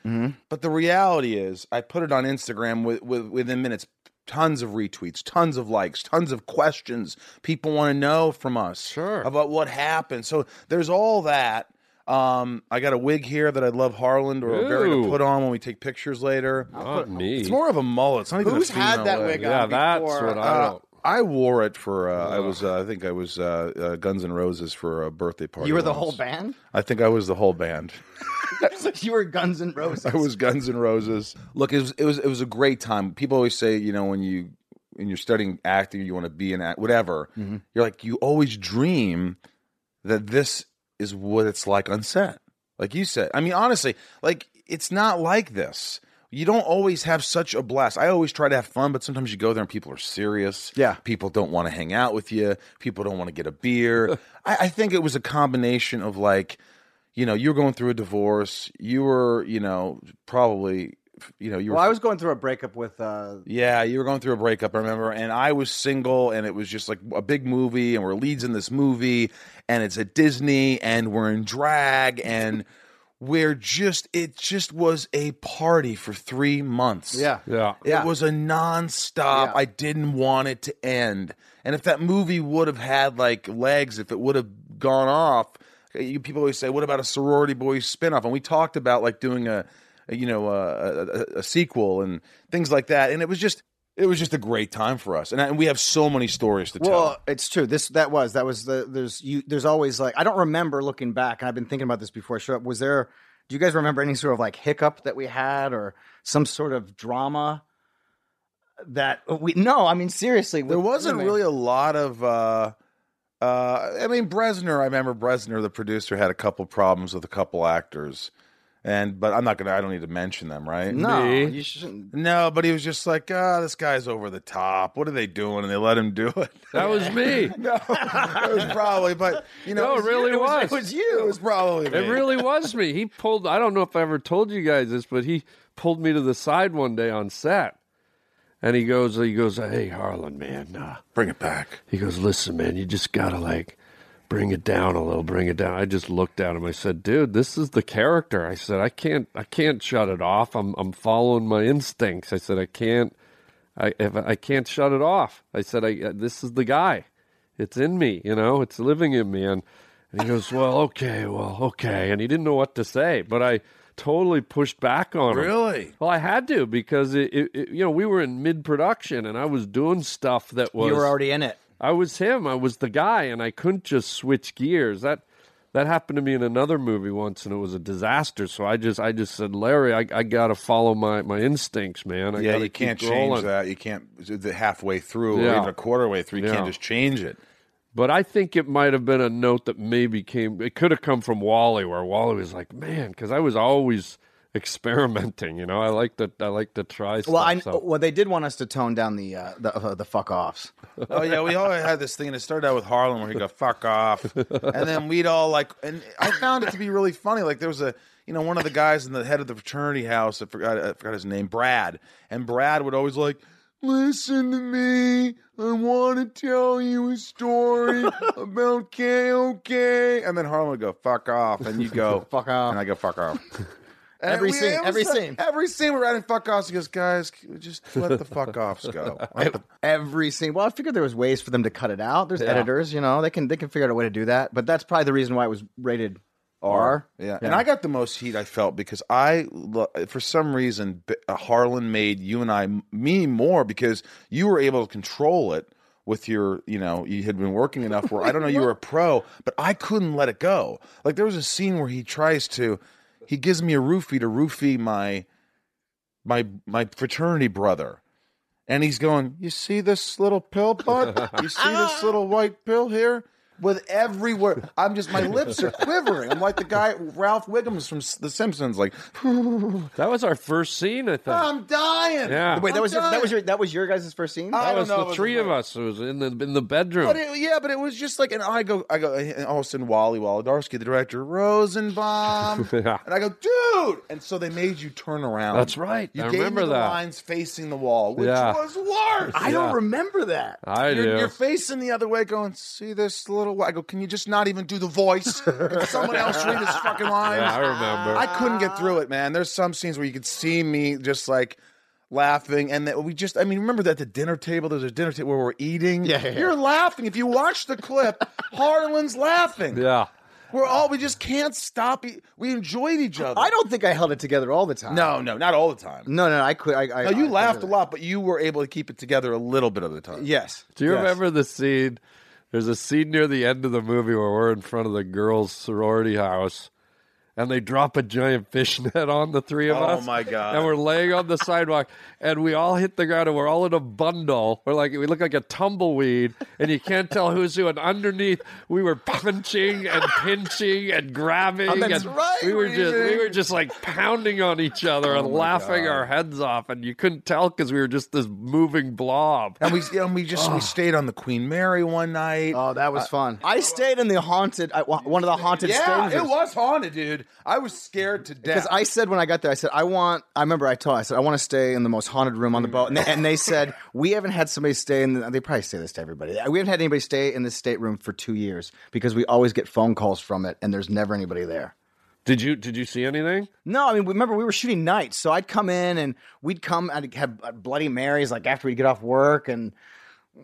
G: But the reality is, I put it on Instagram with, with within minutes. Tons of retweets, tons of likes, tons of questions people want to know from us
E: Sure.
G: about what happened. So there's all that. Um, I got a wig here that I'd love Harlan or Barry to
E: Ooh.
G: put on when we take pictures later.
E: Not me.
G: It's more of a mullet. It's not even a
D: Who's had
G: female
D: that wig on
E: yeah, that's
D: before?
E: what I
G: Uh,
E: don't.
G: I wore it for. Uh, I was. Uh, I think I was uh, uh, Guns N' Roses for a birthday party.
D: you were the
G: once.
D: whole band.
G: I think I was the whole band.
D: you were Guns and Roses.
G: I was Guns N' Roses. Look, it was it was it was a great time. People always say, you know, when you when you're studying acting, you want to be an act, whatever. You're like, you always dream that this is what it's like on set. Like you said, I mean, honestly, like it's not like this. You don't always have such a blast. I always try to have fun, but sometimes you go there and people are serious.
D: Yeah.
G: People don't want to hang out with you. People don't want to get a beer. I, I think it was a combination of like, you know, you were going through a divorce. You were, you know, probably, you know, you were.
D: Well, I was going through a breakup with. Uh,
G: Yeah, you were going through a breakup, I remember, and I was single, and it was just like a big movie, and we're leads in this movie, and it's at Disney, and we're in drag, and we're just, it just was a party for three months.
D: yeah.
E: Yeah.
G: It
D: Yeah.
G: was a nonstop.
D: Yeah.
G: I didn't want it to end. And if that movie would have had like legs, if it would have gone off, Uh, you, people always say, "What about a sorority boys spinoff?" And we talked about like doing a, a, you know, a, a, a- a sequel and things like that. And it was just, it was just a great time for us. And, I, and we have so many stories to
D: Well,
G: tell.
D: it's true. This that was that was the there's you there's always like I don't remember looking back. and I've been thinking about this before I showed up. Was there? Do you guys remember any sort of like hiccup that we had or some sort of drama that uh, we? No, I mean seriously,
G: There wasn't really a lot of. uh uh, I mean Bresner. I remember Bresner, the producer, had a couple problems with a couple actors, and but I'm not gonna. I don't need to mention them, right?
D: no.
E: Me.
D: You shouldn't.
G: No, but he was just like, ah, this guy's over the top. What are they doing? And they let him do it.
E: That was me.
G: no, it was probably, but you know,
E: No, it
G: was you.
E: really was.
G: It was you. It was probably me.
E: It really was me. He pulled. I don't know if I ever told you guys this, but he pulled me to the side one day on set, and he goes, he goes, "Hey Harlan, man." Uh,
G: bring it back.
E: he goes, "Listen, man, you just gotta like bring it down a little, bring it down." I just looked at him. I said, "Dude, this is the character." I said, "I can't, I can't shut it off. I'm, I'm following my instincts." I said, "I can't, I, if I can't shut it off." I said, I, "This is uh, the guy." It's in me, you know. It's living in me." And, and he goes, "Well, okay, well, okay." And he didn't know what to say, but I totally pushed back on him.
G: Really?
E: Well, I had to because it, it, it you know, we were in mid-production and I was doing stuff that was
D: You were already in it.
E: I was him. I was the guy, and I couldn't just switch gears. That that happened to me in another movie once, and it was a disaster. So I just I just said, Larry, I, I got to follow my, my instincts, man. I
G: yeah,
E: gotta
G: you can't
E: keep
G: change
E: rolling.
G: that. You can't the halfway through or
E: Yeah.
G: even a quarter way through. You
E: Yeah.
G: can't just change it.
E: But I think it might have been a note that maybe came. It could have come from Wally, where Wally was like, "Man," because I was always experimenting. You know, I like to I like to try.
D: Well, I
E: stuff, so-
D: well they did want us to tone down the uh, the uh, the fuck offs.
G: Oh yeah, we all had this thing, and it started out with Harlem where he go "fuck off," and then we'd all like, and I found it to be really funny. Like there was a, you know, one of the guys in the head of the fraternity house. I forgot, I forgot his name, Brad, and Brad would always like. Listen to me. I want to tell you a story about KOK. And then Harlem would go, fuck off. And you go,
D: Fuck off.
G: And I go, fuck off. And
D: Every scene,
G: it was
D: every
G: so-
D: scene.
G: Every scene we're adding fuck offs. He goes, guys, just let the fuck offs go. Let the
D: Every scene. Well, I figured there was ways for them to cut it out. There's editors, you know, they can they can figure out a way to do that. But that's probably the reason why it was rated R.
G: Yeah. And I got the most heat I felt because I, lo- for some reason, B- uh, Harlan made you and I, me more because you were able to control it with your, you know, you had been working enough where I don't know, you were a pro, but I couldn't let it go. Like there was a scene where he tries to, he gives me a roofie to roofie my, my, my fraternity brother. And he's going, You see this little pill, bud? You see this little white pill here? With every word, I'm just, my lips are quivering. I'm like the guy, Ralph Wiggums from S- The Simpsons, like,
E: that was our first scene. I think
G: I'm dying.
E: Yeah.
D: Wait, that
G: I'm
D: was your,
G: dying.
D: that was your that was your guys' first scene?
G: I
E: that
G: don't
E: was
G: know,
E: the
G: it was
E: three of
G: like-
E: us. It was in the in the bedroom.
G: But it, yeah, but it was just like, and I go, I go, and all of a sudden, Wally Wolodarski, the director, Rosenbaum,
E: Yeah.
G: and I go, dude. And so they made you turn around.
E: That's right. I
G: You gave me
E: remember
G: the
E: that.
G: lines facing the wall, which
E: Yeah.
G: was worse.
D: I don't remember that.
E: I do.
G: You're, you're facing the other way, going, "See this little?" wa-" I go, "Can you just not even do the voice? Can someone else read this fucking line?"
E: yeah, I remember.
G: I couldn't get through it, man. There's some scenes where you could see me just like laughing, and that we just—I mean, remember that the dinner table? There's a dinner table where we're eating.
D: Yeah, yeah, yeah.
G: you're laughing. If you watch the clip, Harlan's laughing.
E: yeah.
G: We're all we just can't stop. E- we enjoyed each other.
D: I don't think I held it together all the time.
G: No, no, not all the time.
D: No, no, I could I, I
G: No, you
D: I-
G: laughed a lot, but you were able to keep it together a little bit of the time.
D: Yes.
E: Do you
D: Yes.
E: remember the scene? There's a scene near the end of the movie where we're in front of the girls' sorority house, and they drop a giant fishnet on the three of
G: Oh,
E: us.
G: my God.
E: And we're laying on the sidewalk, and we all hit the ground, and we're all in a bundle. We're like we look like a tumbleweed, and you can't tell who's who. And underneath, we were punching and pinching and grabbing.
G: That's
E: and
G: right,
E: We were just we
G: Regan. Oh
E: were just like pounding on each other and laughing our heads off, and you couldn't tell because we were just this moving blob.
G: And we and we just we stayed on the Queen Mary one night.
D: Oh, that was fun. I stayed in the haunted I, one of the haunted
G: yeah,
D: stages.
G: it was haunted, dude. I was scared to death.
D: Because I said when I got there, I said I want. I remember I told. I said I want to stay in the most haunted room on the boat, and they, and they said we haven't had somebody stay in. The, they probably say this to everybody. We haven't had anybody stay in this stateroom for two years because we always get phone calls from it, and there's never anybody there.
E: Did you did you see anything?
D: No, I mean, remember we were shooting nights, so I'd come in and we'd come and have Bloody Marys like after we'd get off work, and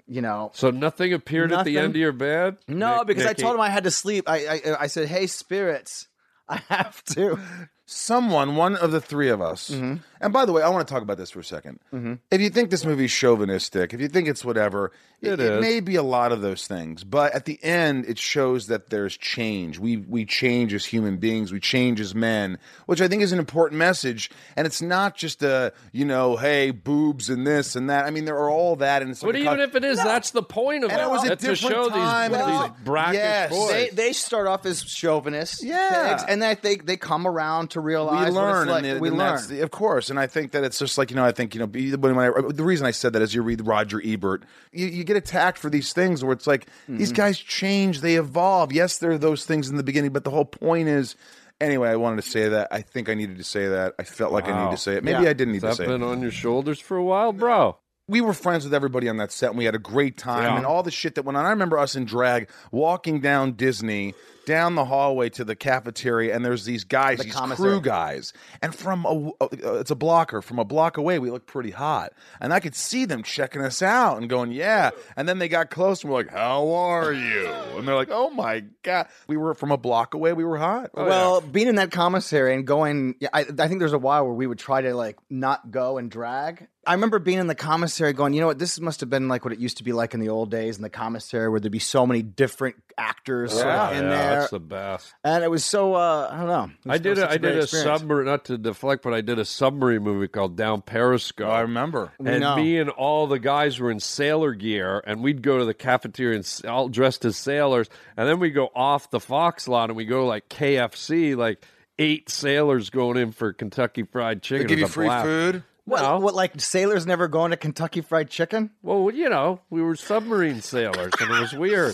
D: you know,
E: So nothing appeared at the
D: Nothing.
E: end of your bed?
D: no,
E: Nick-
D: because I
E: Nicky.
D: told him I had to sleep. I I, I said, hey spirits, I have to.
G: someone, one of the three of us.
E: Mm-hmm.
G: And by the way, I want to talk about this for a 2nd If you think this movie's chauvinistic, if you think it's whatever, it,
E: It
G: it
E: is.
G: may be a lot of those things. But at the end, it shows that there's change. We we change as human beings. We change as men, which I think is an important message. And it's not just a you know, hey, boobs and this and that. I mean, there are all that. And it's
E: But
G: like a
E: even
G: con-
E: if it is, that's the point of
G: And it was a
E: That's
G: different
E: to show
G: time,
E: These,
G: and it was
E: these
G: a-
E: brackish
G: Yes.
E: boys.
D: They they start off as chauvinists,
G: Yeah.
D: pigs, and I think they come around to realize
G: we
D: what it's
G: learn.
D: like-
G: and it-
D: we
G: and
D: learn.
G: that's the- of course. And I think that it's just like you know, I think you know, be- when I, the reason I said that is you read Roger Ebert, you, you get attacked for these things where it's like these
D: Mm-hmm.
G: guys change, they evolve. Yes, there are those things in the beginning, but the whole point is. Anyway, I wanted to say that. I think I needed to say that. I felt like I needed to say it. Maybe
D: Yeah.
G: I didn't need
E: Has
G: to
E: that
G: say it.
E: been on your shoulders for a while, bro?
G: we were friends with everybody on that set and we had a great time and all the shit that went on. I remember us in drag walking down Disney down the hallway to the cafeteria and there's these guys, these crew guys. And from a uh, it's a blocker, from a block away, we looked pretty hot. And I could see them checking us out and going, "Yeah." And then they got close and we're like, "How are you?" And they're like, "Oh my god, we were from a block away, we were hot."
E: oh,
D: well, being in that commissary and going, yeah, I, I think there's a while where we would try to like not go and drag. I remember being in the commissary going, you know what, this must have been like what it used to be like in the old days in the commissary where there'd be so many different actors sort of in there.
E: that's the best.
D: and it was so, uh, I don't know. It was-
E: I
D: it
E: did.
D: was
E: A,
D: such
E: I
D: great
E: did a
D: experience.
E: submarine. Not to deflect, but I did a submarine movie called Down Periscope.
G: I remember.
E: and
D: know.
E: me and all the guys were in sailor gear, and we'd go to the cafeteria and s- all dressed as sailors, and then we go off the Fox lot and we go to like KFC, like eight sailors going in for Kentucky Fried Chicken.
G: They give
E: It
G: you
E: was a
G: free
E: blast.
G: food.
D: What,
E: No.
D: what, like sailors never going to Kentucky Fried Chicken?
E: Well, you know, we were submarine sailors, and it was weird.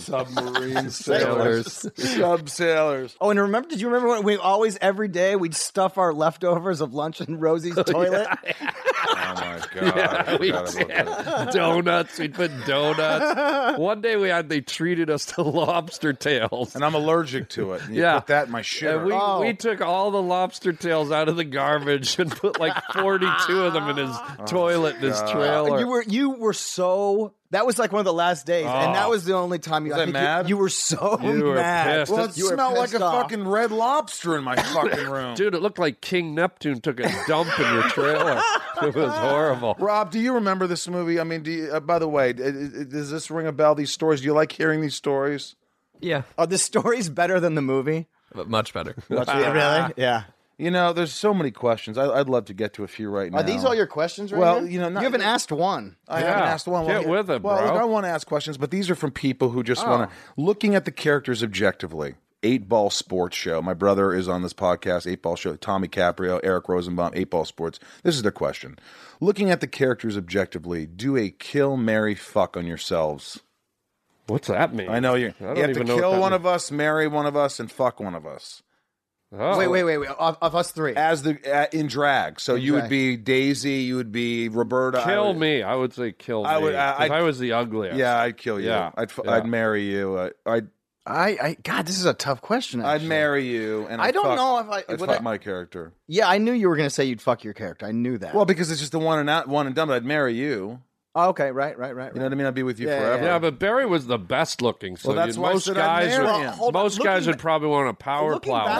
G: Submarine
E: sailors.
G: Sub sailors.
D: Oh, and remember, did you remember when we always, every day, we'd stuff our leftovers of lunch in Rosie's toilet?
G: Oh my god. I
E: we
G: forgot about that.
E: did. donuts. We put donuts. One day we had they treated us to lobster tails.
G: and I'm allergic to it. And you
E: Yeah.
G: put that in my shit.
E: And we, we took all the lobster tails out of the garbage and put like 42 of them in his
G: Oh,
E: toilet in his trailer.
D: You were you were so that was like one of the last days, and that Oh. was the only time you. I
G: that
D: think
G: mad?
D: You, you were so
E: You were
D: mad.
G: Oh,
E: pissed. Well, it
D: You were pissed off.
G: red lobster in my fucking room.
E: Dude, it looked like King Neptune took a dump in your trailer. It was horrible.
G: Rob, do you remember this movie? I mean, do you, uh, by the way, d- d- does this ring a bell? These stories? Do you like hearing these stories?
F: Yeah,
D: Are the stories better than the movie?
F: but much better.
D: really? Yeah.
G: You know, there's so many questions. I, I'd love to get to a few right now.
D: Are these all your questions? Right
G: Well,
D: here?
G: you know, not-
D: you haven't asked one.
G: I haven't
E: Yeah.
G: asked one.
E: Get with it,
G: well,
E: bro. Oh.
G: Look, I want to ask questions, but these are from people who just want to looking at the characters objectively. Eight Ball Sports Show. My brother is on this podcast. Eight Ball Show. Tommy Caprio, Eric Rosenbaum. Eight Ball Sports. This is their question. Looking at the characters objectively, do a kill, marry, fuck on yourselves.
E: What's that mean?
G: I know you.
E: I don't
G: you have to
E: even know what
G: kill
E: that
G: one
E: means.
G: of us, marry one of us, and fuck one of us
E: Oh.
D: Wait, wait, wait, wait. Of, of us three.
G: as the uh, in drag. So you would
D: drag.
G: be Daisy. You would be Roberta. I
E: Kill
G: would-
E: me. I would say kill
G: I
E: me.
G: would- I-
E: 'cause
G: I'd-
E: I was the ugliest.
G: Yeah, I'd kill you.
E: Yeah,
G: I'd f-
E: yeah.
G: I'd marry you. Uh, I'd
D: I, I, God, this is a tough
E: Oh,
D: question.
G: I'd
D: actually.
G: marry you. And
D: I
G: I'd
D: don't
G: fuck-
D: know if I-
G: I'd
D: would
G: fuck
D: I-
G: my character.
D: Yeah, I knew you were going to say you'd fuck your character. I knew that.
G: Well, because it's just the one and out, one and done. But I'd marry you.
D: oh, okay, right, right, right.
G: You know what I mean? I'd be with you
D: Yeah, yeah,
G: forever.
E: Yeah, but Barry was the best looking. So
G: Well, that's
E: you-
G: why I
E: most
G: said I'd
E: guys,
G: marry
E: would,
G: him.
D: Hold on,
E: most
D: looking
E: guys would
D: ba-
E: probably want a power
D: Looking
E: plow.
D: back-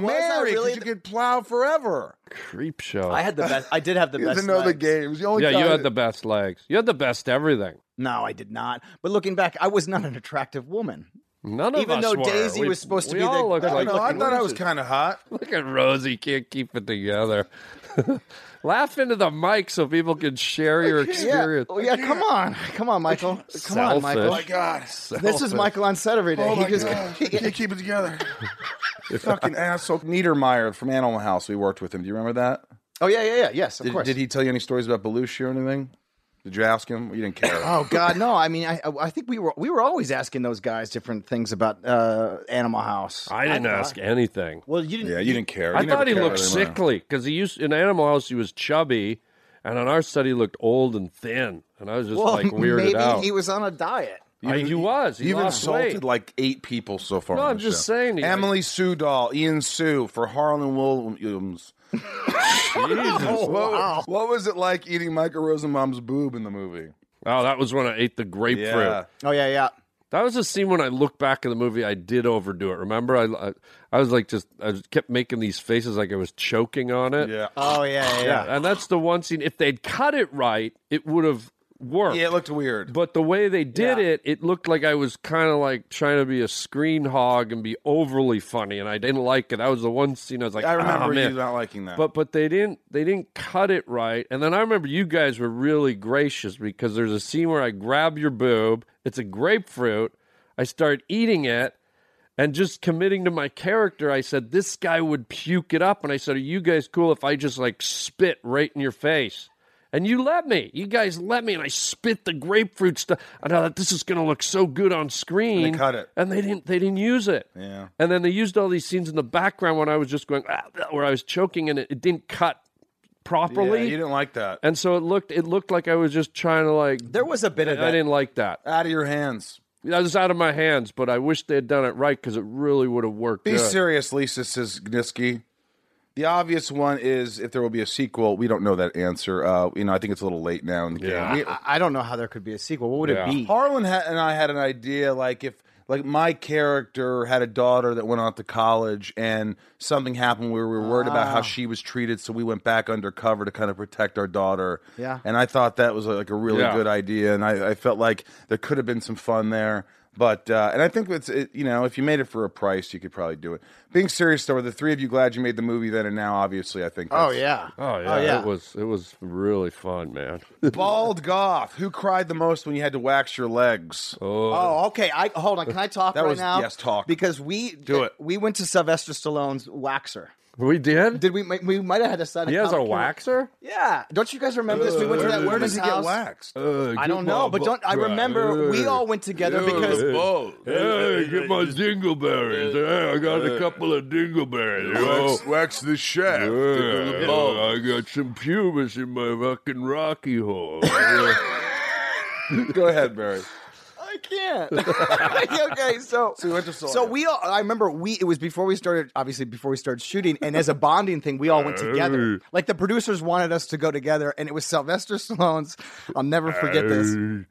G: No,
D: Was I
G: marry. Oh, 'cause
D: really
G: you
D: the-
G: could plow forever.
E: Creep show.
D: I had the best. I did have the
G: You
D: best.
G: didn't know the
D: legs.
G: games.
D: Oh,
G: The only
E: yeah, you
G: time-
E: had the best legs. You had the best everything.
D: No, I did not. But looking back, I was not an attractive woman.
E: None of
D: Even
E: us
D: though
E: were.
D: Daisy
E: We-
D: was supposed to
E: we
D: be the-
E: all looked
G: I,
E: like.
G: don't know, I thought I was kind of hot.
D: Oh
E: Look at Rosie can't keep it together. Laugh into the mic so people can share your experience.
D: Oh, yeah, Oh come on. Come on, Michael. Come on, Michael.
E: Selfish.
G: God,
D: This is Michael on set every day.
G: Oh
D: he
G: my
D: just
G: God. I can't keep it together. Fucking asshole. Niedermeyer from Animal House. We worked with him. Do you remember that?
D: Oh yeah, yeah, yeah. Yes, of
G: Did,
D: course.
G: did he tell you any stories about Belushi or anything? Did you ask him? You didn't care.
D: Oh God, no! I mean, I I think we were we were always asking those guys different things about uh, Animal House.
E: I didn't ask anything.
D: well, you didn't.
G: yeah, you didn't care.
E: I
G: You never
E: thought he
G: cared
E: looked
G: about anyone.
E: sickly because he used in Animal House he was chubby, and on our set he looked old and thin, and I was just
D: well,
E: like weirded
D: maybe
E: out.
D: he was on a diet.
E: I- he was. He
G: You've
E: lost
G: insulted
E: weight.
G: like eight people so far.
E: No,
G: on
E: I'm
G: the
E: just
G: show.
E: saying, he-
G: Emily Sue Dahl, Ian Sue for Harlan Williams.
E: Jesus.
G: what, what was it like eating Michael Rosenbaum's boob in the movie?
E: Oh, that was when I ate the grapefruit.
D: Oh yeah, yeah.
E: That was a scene when I look back in the movie. I did overdo it. Remember, I I, I was like just I just kept making these faces like I was choking on it.
G: yeah.
D: Oh yeah, yeah. yeah.
E: and that's the one scene. If they'd cut it right, it would have worked.
G: Yeah, it looked weird.
E: But the way they did it, it looked like I was kind of like trying to be a screen hog and be overly funny, and I didn't like it. That was the one scene I was like,
G: I remember
E: "Ah,
G: you
E: man."
G: not liking that.
E: But but they didn't they didn't cut it right. And then I remember you guys were really gracious because there's a scene where I grab your boob. It's a grapefruit. I start eating it. And just committing to my character, I said, This guy would puke it up. And I said, Are you guys cool if I just like spit right in your face? And you let me. You guys let me. And I spit the grapefruit stuff. And I thought, This is going to look so good on screen.
G: And they cut it.
E: And they didn't, they didn't use it.
G: Yeah.
E: And then they used all these scenes in the background when I was just going, ah, ah," where I was choking and it, it didn't cut properly.
G: you didn't like that.
E: and so it looked it looked like I was just trying to like
D: There was a bit of that.
E: I didn't like that.
G: Out of your hands.
E: That was out of my hands, but I wish they had done it right because it really would have worked.
G: Be
E: good.
G: serious, Lisa says Gnisky. The obvious one is if there will be a sequel. We don't know that answer. Uh, you know, I think it's a little late now in the
E: Yeah.
G: game. We-
D: I I don't know how there could be a sequel. What would
E: Yeah.
D: it be?
G: Harlan ha- and I had an idea, like if like my character had a daughter that went off to college, and something happened where we were worried about
D: Ah.
G: how she was treated, so we went back undercover to kind of protect our daughter.
D: Yeah.
G: and I thought that was like a really
E: Yeah.
G: good idea, and I, I felt like there could have been some fun there. But uh, and I think it's it, you know if you made it for a price, you could probably do it. Being serious though, are the three of you glad you made the movie then and now? Obviously, I think.
D: Oh
G: that's-
D: yeah.
E: Oh yeah,
D: yeah.
E: it was it was really fun, man.
G: Bald Goth, who cried the most when you had to wax your legs?
D: Oh, okay. I hold on. Can I talk
G: That
D: right
G: was-
D: now?
G: yes, talk.
D: Because we
G: Do it.
D: We went to Sylvester Stallone's waxer.
E: we did.
D: Did we? We might have had a side.
E: He has a waxer.
D: Yeah. Don't you guys remember this? We went to that
G: where does
D: woman's
G: he get
D: house.
G: waxed?
E: Uh,
D: I
E: get
D: don't
E: my
D: know, but
E: bu-
D: don't I
E: right.
D: remember we
E: Hey.
D: all went together because
E: Hey. Hey, get my dingleberries. Hey, I got a couple of dingleberries. Oh,
G: wax the shaft.
E: yeah, I got some pubis in my fucking rocky hole.
G: Go ahead, Barry.
D: I can't. okay, so
G: So we went to Sawyer.
D: so we all I remember we it was before we started obviously before we started shooting and as a bonding thing we all went together. Like the producers wanted us to go together and it was Sylvester Stallone's I'll never forget this.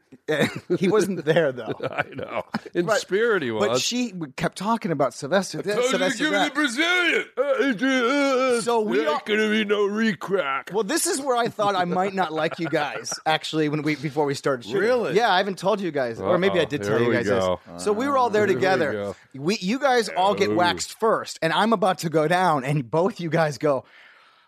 D: he wasn't there though.
E: I know. In
D: But-
E: spirit, he was.
D: But she kept talking about Sylvester. This,
E: Told you to
D: Sylvester
E: give me
D: that.
E: the Brazilian. Uh, uh, uh,
D: So we
E: there
D: all-
E: ain't gonna be no recrack.
D: Well, this is where I thought I might not like you guys. Actually, when we before we started shooting,
G: Really?
D: yeah, I haven't told you guys, or maybe I
E: Uh-oh.
D: did
E: Here
D: tell you
E: we
D: guys
E: go.
D: this. So we were all there
E: Here we
D: together.
E: go.
D: We, you guys all get
E: Ooh.
D: waxed first, and I'm about to go down, and both you guys go.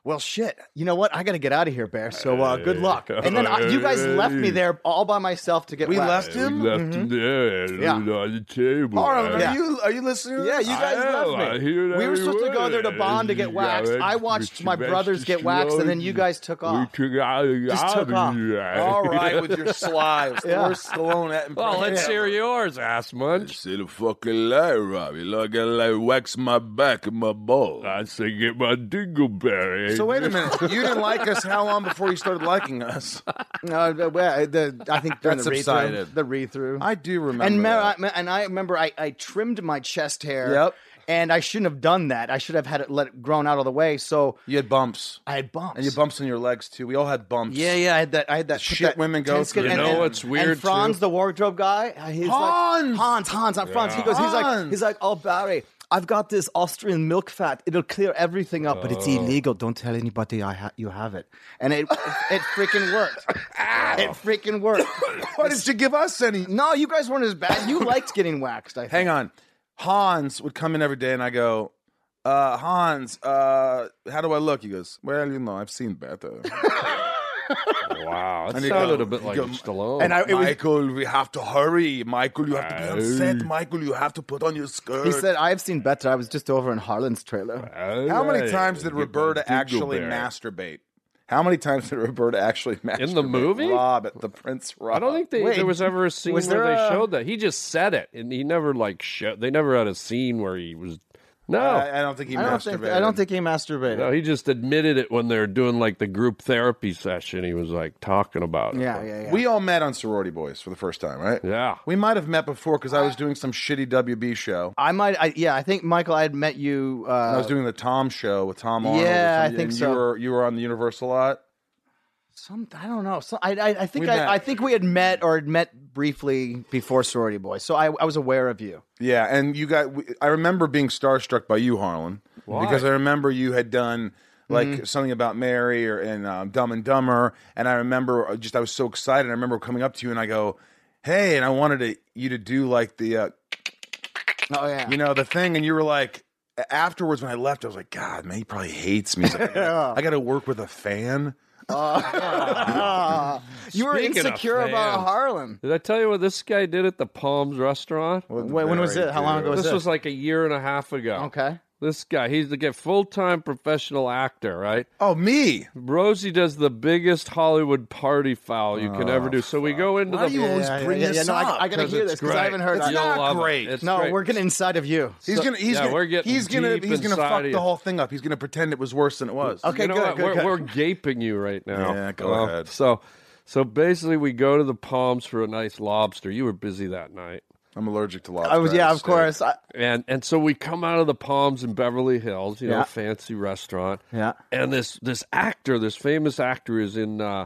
D: Well, shit. You know what? I got to get out of here, Bear. So uh, good luck. And then I, you guys left me there all by myself to get.
G: We
D: waxed.
G: left
E: We
G: him.
E: left him there
D: Yeah.
E: on the table.
G: Harlan,
E: I-
D: Yeah.
G: are you are you listening?
D: Yeah, you guys
E: I know,
D: left
E: I
D: me.
E: hear that
D: we were
E: every
D: supposed to go there to
E: word.
D: bond to get
E: Yeah,
D: waxed.
E: that's
D: I watched
E: Mr.
D: my brothers get waxed, and then you guys took
E: We
D: off.
E: took out
D: Just took off.
G: All right, with your slides.
D: Yeah.
G: Where's Stallone at? in
E: Well, let's
G: prison?
E: hear yours, ass munch.
G: Say the fucking lie, Robbie. Look, I like wax my back and my balls.
E: I say get my dingleberry.
G: So wait a minute. You didn't like us how long before you started liking us?
D: No, the, well, the, I think during
G: That
D: the read through.
G: subsided.
D: The read through.
G: I do remember.
D: and Mer-
G: that.
D: I, and I remember I, I trimmed my chest hair.
G: Yep.
D: And I shouldn't have done that. I should have had it let it grown out of the way. So
G: you had bumps.
D: I had bumps.
G: And you bumps on your legs too. We all had bumps.
D: Yeah, yeah. I had that. I had that put
G: Shit
D: that
G: women go
D: tense skin-
G: through.
E: You
D: and-
E: know
D: and-
E: what's weird,
D: And Franz,
E: too?
D: the wardrobe guy, uh, he's
G: Hans!
D: like Hans, Hans, not Franz. He goes, he's like,
G: Hans!
D: he's like, oh Barry. I've got this Austrian milk fat. It'll clear everything up,
E: Oh.
D: but it's illegal. Don't tell anybody I ha- you have it. And it it freaking worked. it freaking worked.
G: Why did you give us any?
D: No, you guys weren't as bad. You liked getting waxed. I think.
G: Hang on. Hans would come in every day and I go, uh, Hans, uh, how do I look? He goes, Well, you know, I've seen better.
E: Wow, that
G: And you
E: sounded
G: go-
E: a bit
G: you
E: like
G: go-
E: Stallone.
D: And I, it was,
G: Oh, Michael, we have to hurry. Michael, you have to be on set.
E: Hey.
G: Michael, you have to put on your skirt.
D: he said, "I've seen better." I was just over in Harlan's trailer.
G: How many times did Roberta actually
E: master?
G: masturbate? How many times did Roberta actually masturbate?
E: In the movie?
G: Rob at the Prince Rob.
E: I don't think they,
D: Wait,
E: there was ever a scene
D: was
E: where
D: there
E: they
D: a-
E: showed that. He just said it, and he never like showed. They never had a scene where he was. No,
G: I, I don't think he
D: I don't
G: masturbated.
D: think. I don't think he masturbated.
E: no, he just admitted it when they were doing like the group therapy session. He was like talking about. it.
D: yeah, yeah, yeah.
G: We all met on Sorority Boys for the first time, right?
E: Yeah.
G: We might have met before because I was doing some shitty WB show.
D: I might. I, yeah, I think Michael. I had met you. Uh,
G: I was doing the Tom show with Tom Arnold. or
D: Yeah, I
G: something,
D: think
G: and
D: so.
G: You were, you were on the Universal lot.
D: some. I don't know. So I, I, I think
G: We met.
D: I, I think we had met or had met briefly before Sorority Boys. So I, I was aware of you.
G: Yeah, and you got. we- I remember being starstruck by you, Harlan, because I remember you had done like something about Mary or and um, Dumb and Dumber, and I remember uh, just I was so excited. I remember coming up to you and I go, "Hey!" and I wanted to, you to do like the uh,
D: Oh yeah.
G: you know the thing, and you were like. Afterwards, when I left, I was like, "God, man, he probably hates me." He's like, I got to work with a fan.
D: Ah, you were
E: Speaking of
D: insecure about
E: fans.
D: Harlan.
E: Did I tell you what this guy did at the Palms restaurant?
D: Wait, when was it? How long ago was
E: this
D: it?
E: was like a year and a half ago.
D: okay.
E: This guy, he's the get full time professional actor, right?
G: Oh, me.
E: Rosie does the biggest Hollywood party foul you can ever do. So we go into
G: Oh, Why
E: the
G: do you always bring
D: yeah,
G: this
D: yeah, no, I-
G: up?
D: I gotta
G: 'Cause
D: hear
G: it's
D: this 'cause I
G: great.
D: haven't heard
G: It's
D: it.
E: You'll
G: not
E: love it.
G: great.
E: It's
D: no,
E: great.
D: we're getting inside of you.
G: He's gonna. He's
E: yeah,
G: gonna.
E: we're getting
G: he's gonna.
E: deep
G: He's gonna
E: inside
G: fuck
E: of you.
G: the whole thing up. He's gonna pretend it was worse than it was.
D: Okay,
E: You know
D: good,
E: what?
D: good,
E: we're,
D: good.
E: we're gaping you right now. Uh,
G: Yeah, go ahead.
E: So, so basically, we go to the Palms for a nice lobster. You were busy that night,
G: I'm allergic to lobster.
D: I was,
G: I
D: yeah,
G: have
D: of
G: steak.
D: course. I,
E: and and so we come out of the Palms in Beverly Hills, you know,
D: Yeah.
E: fancy restaurant.
D: Yeah.
E: And this this actor, this famous actor, is in. Uh,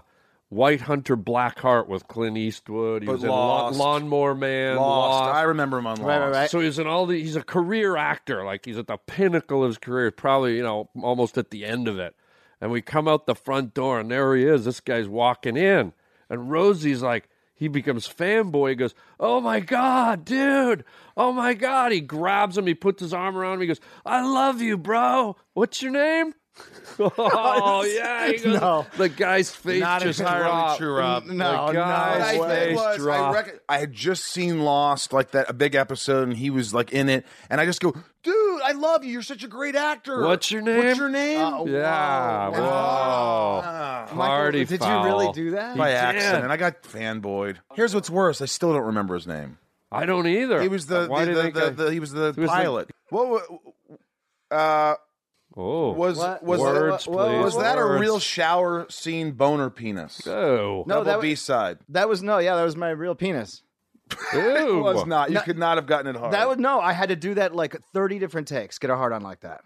E: White Hunter Blackheart with Clint Eastwood. He
G: But
E: was in Lawn-
G: Lost.
E: Lawnmower Man.
G: Lost.
E: Lost.
G: I remember him on Lost.
D: right, right.
E: So he's in all the he's a career actor, like he's at the pinnacle of his career, probably, you know, almost at the end of it. And we come out the front door and there he is. This guy's walking in. And Rosie's like, he becomes fanboy. He goes, Oh my God, dude. Oh my God. He grabs him. He puts his arm around him. He goes, I love you, bro. What's your name? oh, yeah. He goes,
D: No.
E: The guy's face
G: Not
E: just
G: entirely
E: dropped.
G: true, Rob.
D: No, no
E: the guy's
G: What I did
E: face
G: was, I,
E: dropped.
G: rec- I had just seen Lost, like that a big episode, and he was like in it, and I just go, "Dude, I love you. You're such a great actor.
E: What's your name?
G: What's your name?"
E: yeah. Whoa.
G: Uh,
E: Party
D: did
E: foul.
D: you really do that?
G: By
E: did.
G: accident, I got fanboyed. Here's what's worse: I still don't remember his name.
E: I don't either.
G: He was the,
E: Why
G: the,
E: did
G: the,
E: I
G: the,
E: go-
G: the- he was the
E: was the-
G: pilot. What wa- uh,
E: oh
G: was
D: What?
G: was
E: Words,
D: uh,
G: that,
E: please.
G: was that a
E: Words.
G: real shower scene boner penis?
E: oh
D: No, that
G: Double
D: was-
G: B side.
D: That was no, yeah, that was my real penis.
E: Ew.
G: It was not. You could not have gotten it hard.
D: That would no, I had to do that like 30 different takes, get a hard on like that.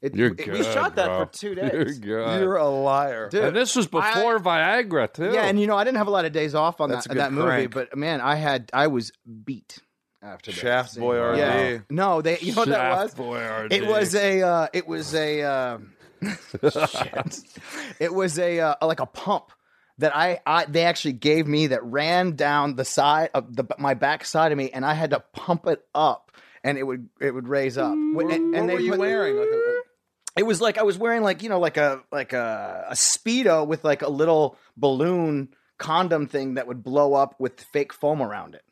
D: It,
E: You're
D: it-
E: good,
D: we shot that
E: bro.
D: for two
E: You're
D: days.
E: good.
G: You're a liar.
D: Dude,
E: and this was before Viagra too.
D: yeah, and you know, I didn't have a lot of days off on
G: That's
D: that,
G: a good
D: that movie,
G: crank.
D: but man, I had I was beat after that
G: Shaft
D: scene.
G: Boy RD.
D: Yeah. No, they you know what that was? It was a uh, it was a uh, shit. it was a uh, like a pump that I, I they actually gave me that ran down the side of the my back side of me and I had to pump it up and it would it would raise up. And, and
G: what
D: they
G: were you
D: put-
G: wearing? Like uh, a,
D: It was like I was wearing like you know like a like a, a speedo with like a little balloon condom thing that would blow up with fake foam around it.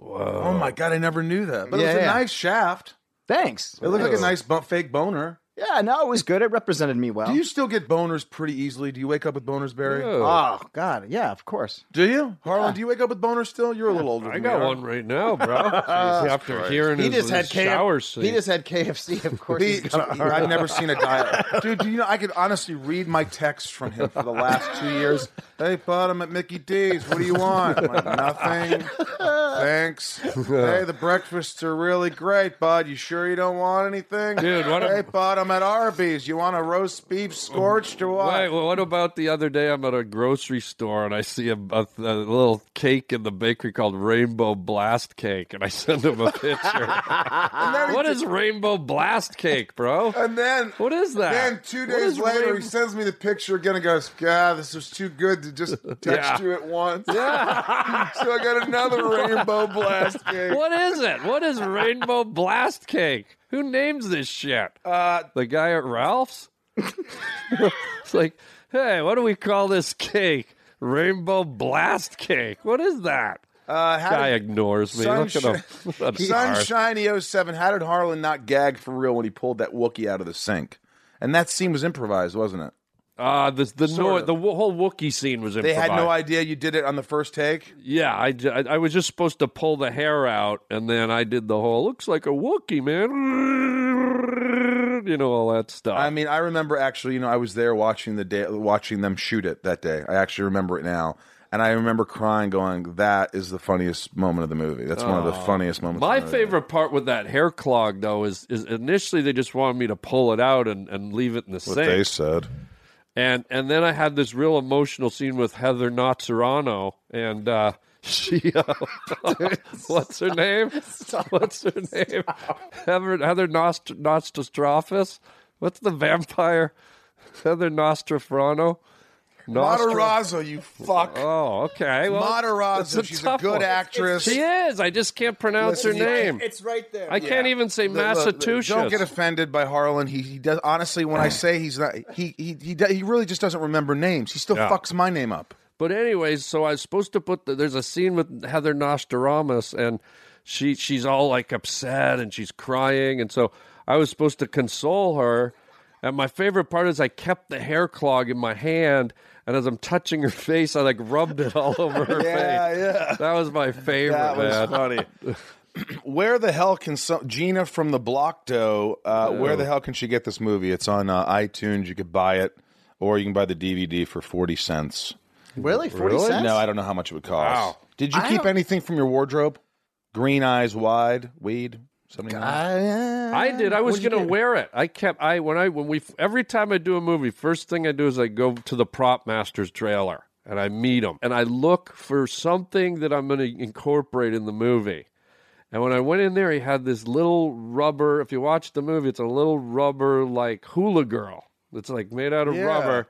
G: oh my god, I never knew that. But it
D: Yeah,
G: was a
D: yeah.
G: nice shaft.
D: Thanks.
G: It looked like a nice bu- fake boner.
D: Yeah, no, it was good. It represented me well.
G: Do you still get boners pretty easily? Do you wake up with boners, Barry?
D: oh God, yeah, of course.
G: Do you, Harlan? Do you wake up with boners still? You're a little older.
E: I
G: than
E: got
G: me,
E: one right now, bro. Jeez, after hearing
D: He
E: his,
D: just had
E: his
D: K-
E: shower scene.
D: He just had KFC. Of course,
G: He-
D: he's got a heart.
G: I've never seen a diet, dude. Do you know I could honestly read my texts from him for the last two years? Hey, bud, I'm at Mickey D's. What do you want? I'm like, Nothing. Thanks. Hey, the breakfasts are really great, bud. You sure you don't want anything,
E: Dude, what a-
G: hey, bud, I'm at Arby's. You want a roast beef scorched or what?
E: Wait, well, what about the other day? I'm at a grocery store and I see a, a, a little cake in the bakery called Rainbow Blast Cake, and I send him a picture.
G: And then he
E: what is Rainbow Blast Cake, bro?
G: And then
E: What is that?
G: Then two
E: What
G: days
E: is
G: later,
E: rain-
G: he sends me the picture again and goes, "God, this was too good to just text
E: Yeah.
G: you at once." so I got another rainbow blast cake.
E: What is it? What is Rainbow Blast Cake? Who names this shit?
G: Uh,
E: The guy at Ralph's? it's like, hey, what do we call this cake? Rainbow Blast Cake. What is that?
G: uh, how
E: Guy
G: did,
E: ignores me. Look at him. What an arse.
G: Sunshiny 07, How did Harlan not gag for real when he pulled that Wookiee out of the sink? And that scene was improvised, wasn't it?
E: Uh, the the,
G: Sort
E: no,
G: of.
E: the wo- whole Wookiee scene was
G: They
E: improvised.
G: had no idea you did it on the first take.
E: Yeah, I, ju- I, I was just supposed to pull the hair out, and then I did the whole, looks like a Wookiee, man. You know, all that stuff.
G: I mean, I remember actually, you know, I was there watching the day, watching them shoot it that day. I actually remember it now, and I remember crying, going, "That is the funniest moment of the movie. That's one of the funniest moments."
E: My
G: in the movie."
E: favorite part with that hair clog, though, is is initially they just wanted me to pull it out and, and leave it in the
G: What
E: sink,
G: they said.
E: and and then I had this real emotional scene with Heather Nazarano and uh, she, uh, what's her name? What's her name? Heather Heather Nost- Nostrophis. What's the vampire? Heather Nostrofrano. Nostro-
G: Matarazzo, you fuck.
E: oh, okay. Well, that's
G: Matarazzo, she's a
E: tough
G: good
E: one.
G: actress.
E: She is. I just can't pronounce her
G: Listen, you-
E: name.
D: It's right there.
E: I can't even say
G: The- the- the-
E: Massachusetts.
G: Don't get offended by Harlan. He, he does honestly. When I say he's not, he he he, do- he really just doesn't remember names. He still
E: Yeah.
G: fucks my name up.
E: But anyways, so I was supposed to put the, there's a scene with Heather Nostradamus and she she's all like upset and she's crying and so I was supposed to console her. And my favorite part is I kept the hair clog in my hand, and as I'm touching her face, I like rubbed it all over her
G: Yeah,
E: face.
G: yeah.
E: That was my favorite.
G: That
E: man.
G: was funny. where the hell can some Gina from the Block Dough? Uh, where the hell can she get this movie? It's on uh, iTunes. You could buy it, or you can buy the DVD for forty cents.
D: Really? 40 cents?
G: No, I don't know how much it would cost.
E: Wow.
G: Did you
D: I
G: keep
D: don't-
G: anything from your wardrobe? Green eyes wide, weed, something. like
D: uh,
E: I did. I was gonna wear it. I kept. I when I when we every time I do a movie, first thing I do is I go to the prop master's trailer and I meet him and I look for something that I'm gonna incorporate in the movie. And when I went in there, he had this little rubber. If you watch the movie, it's a little rubber like hula girl. It's like made out of
G: Yeah.
E: rubber,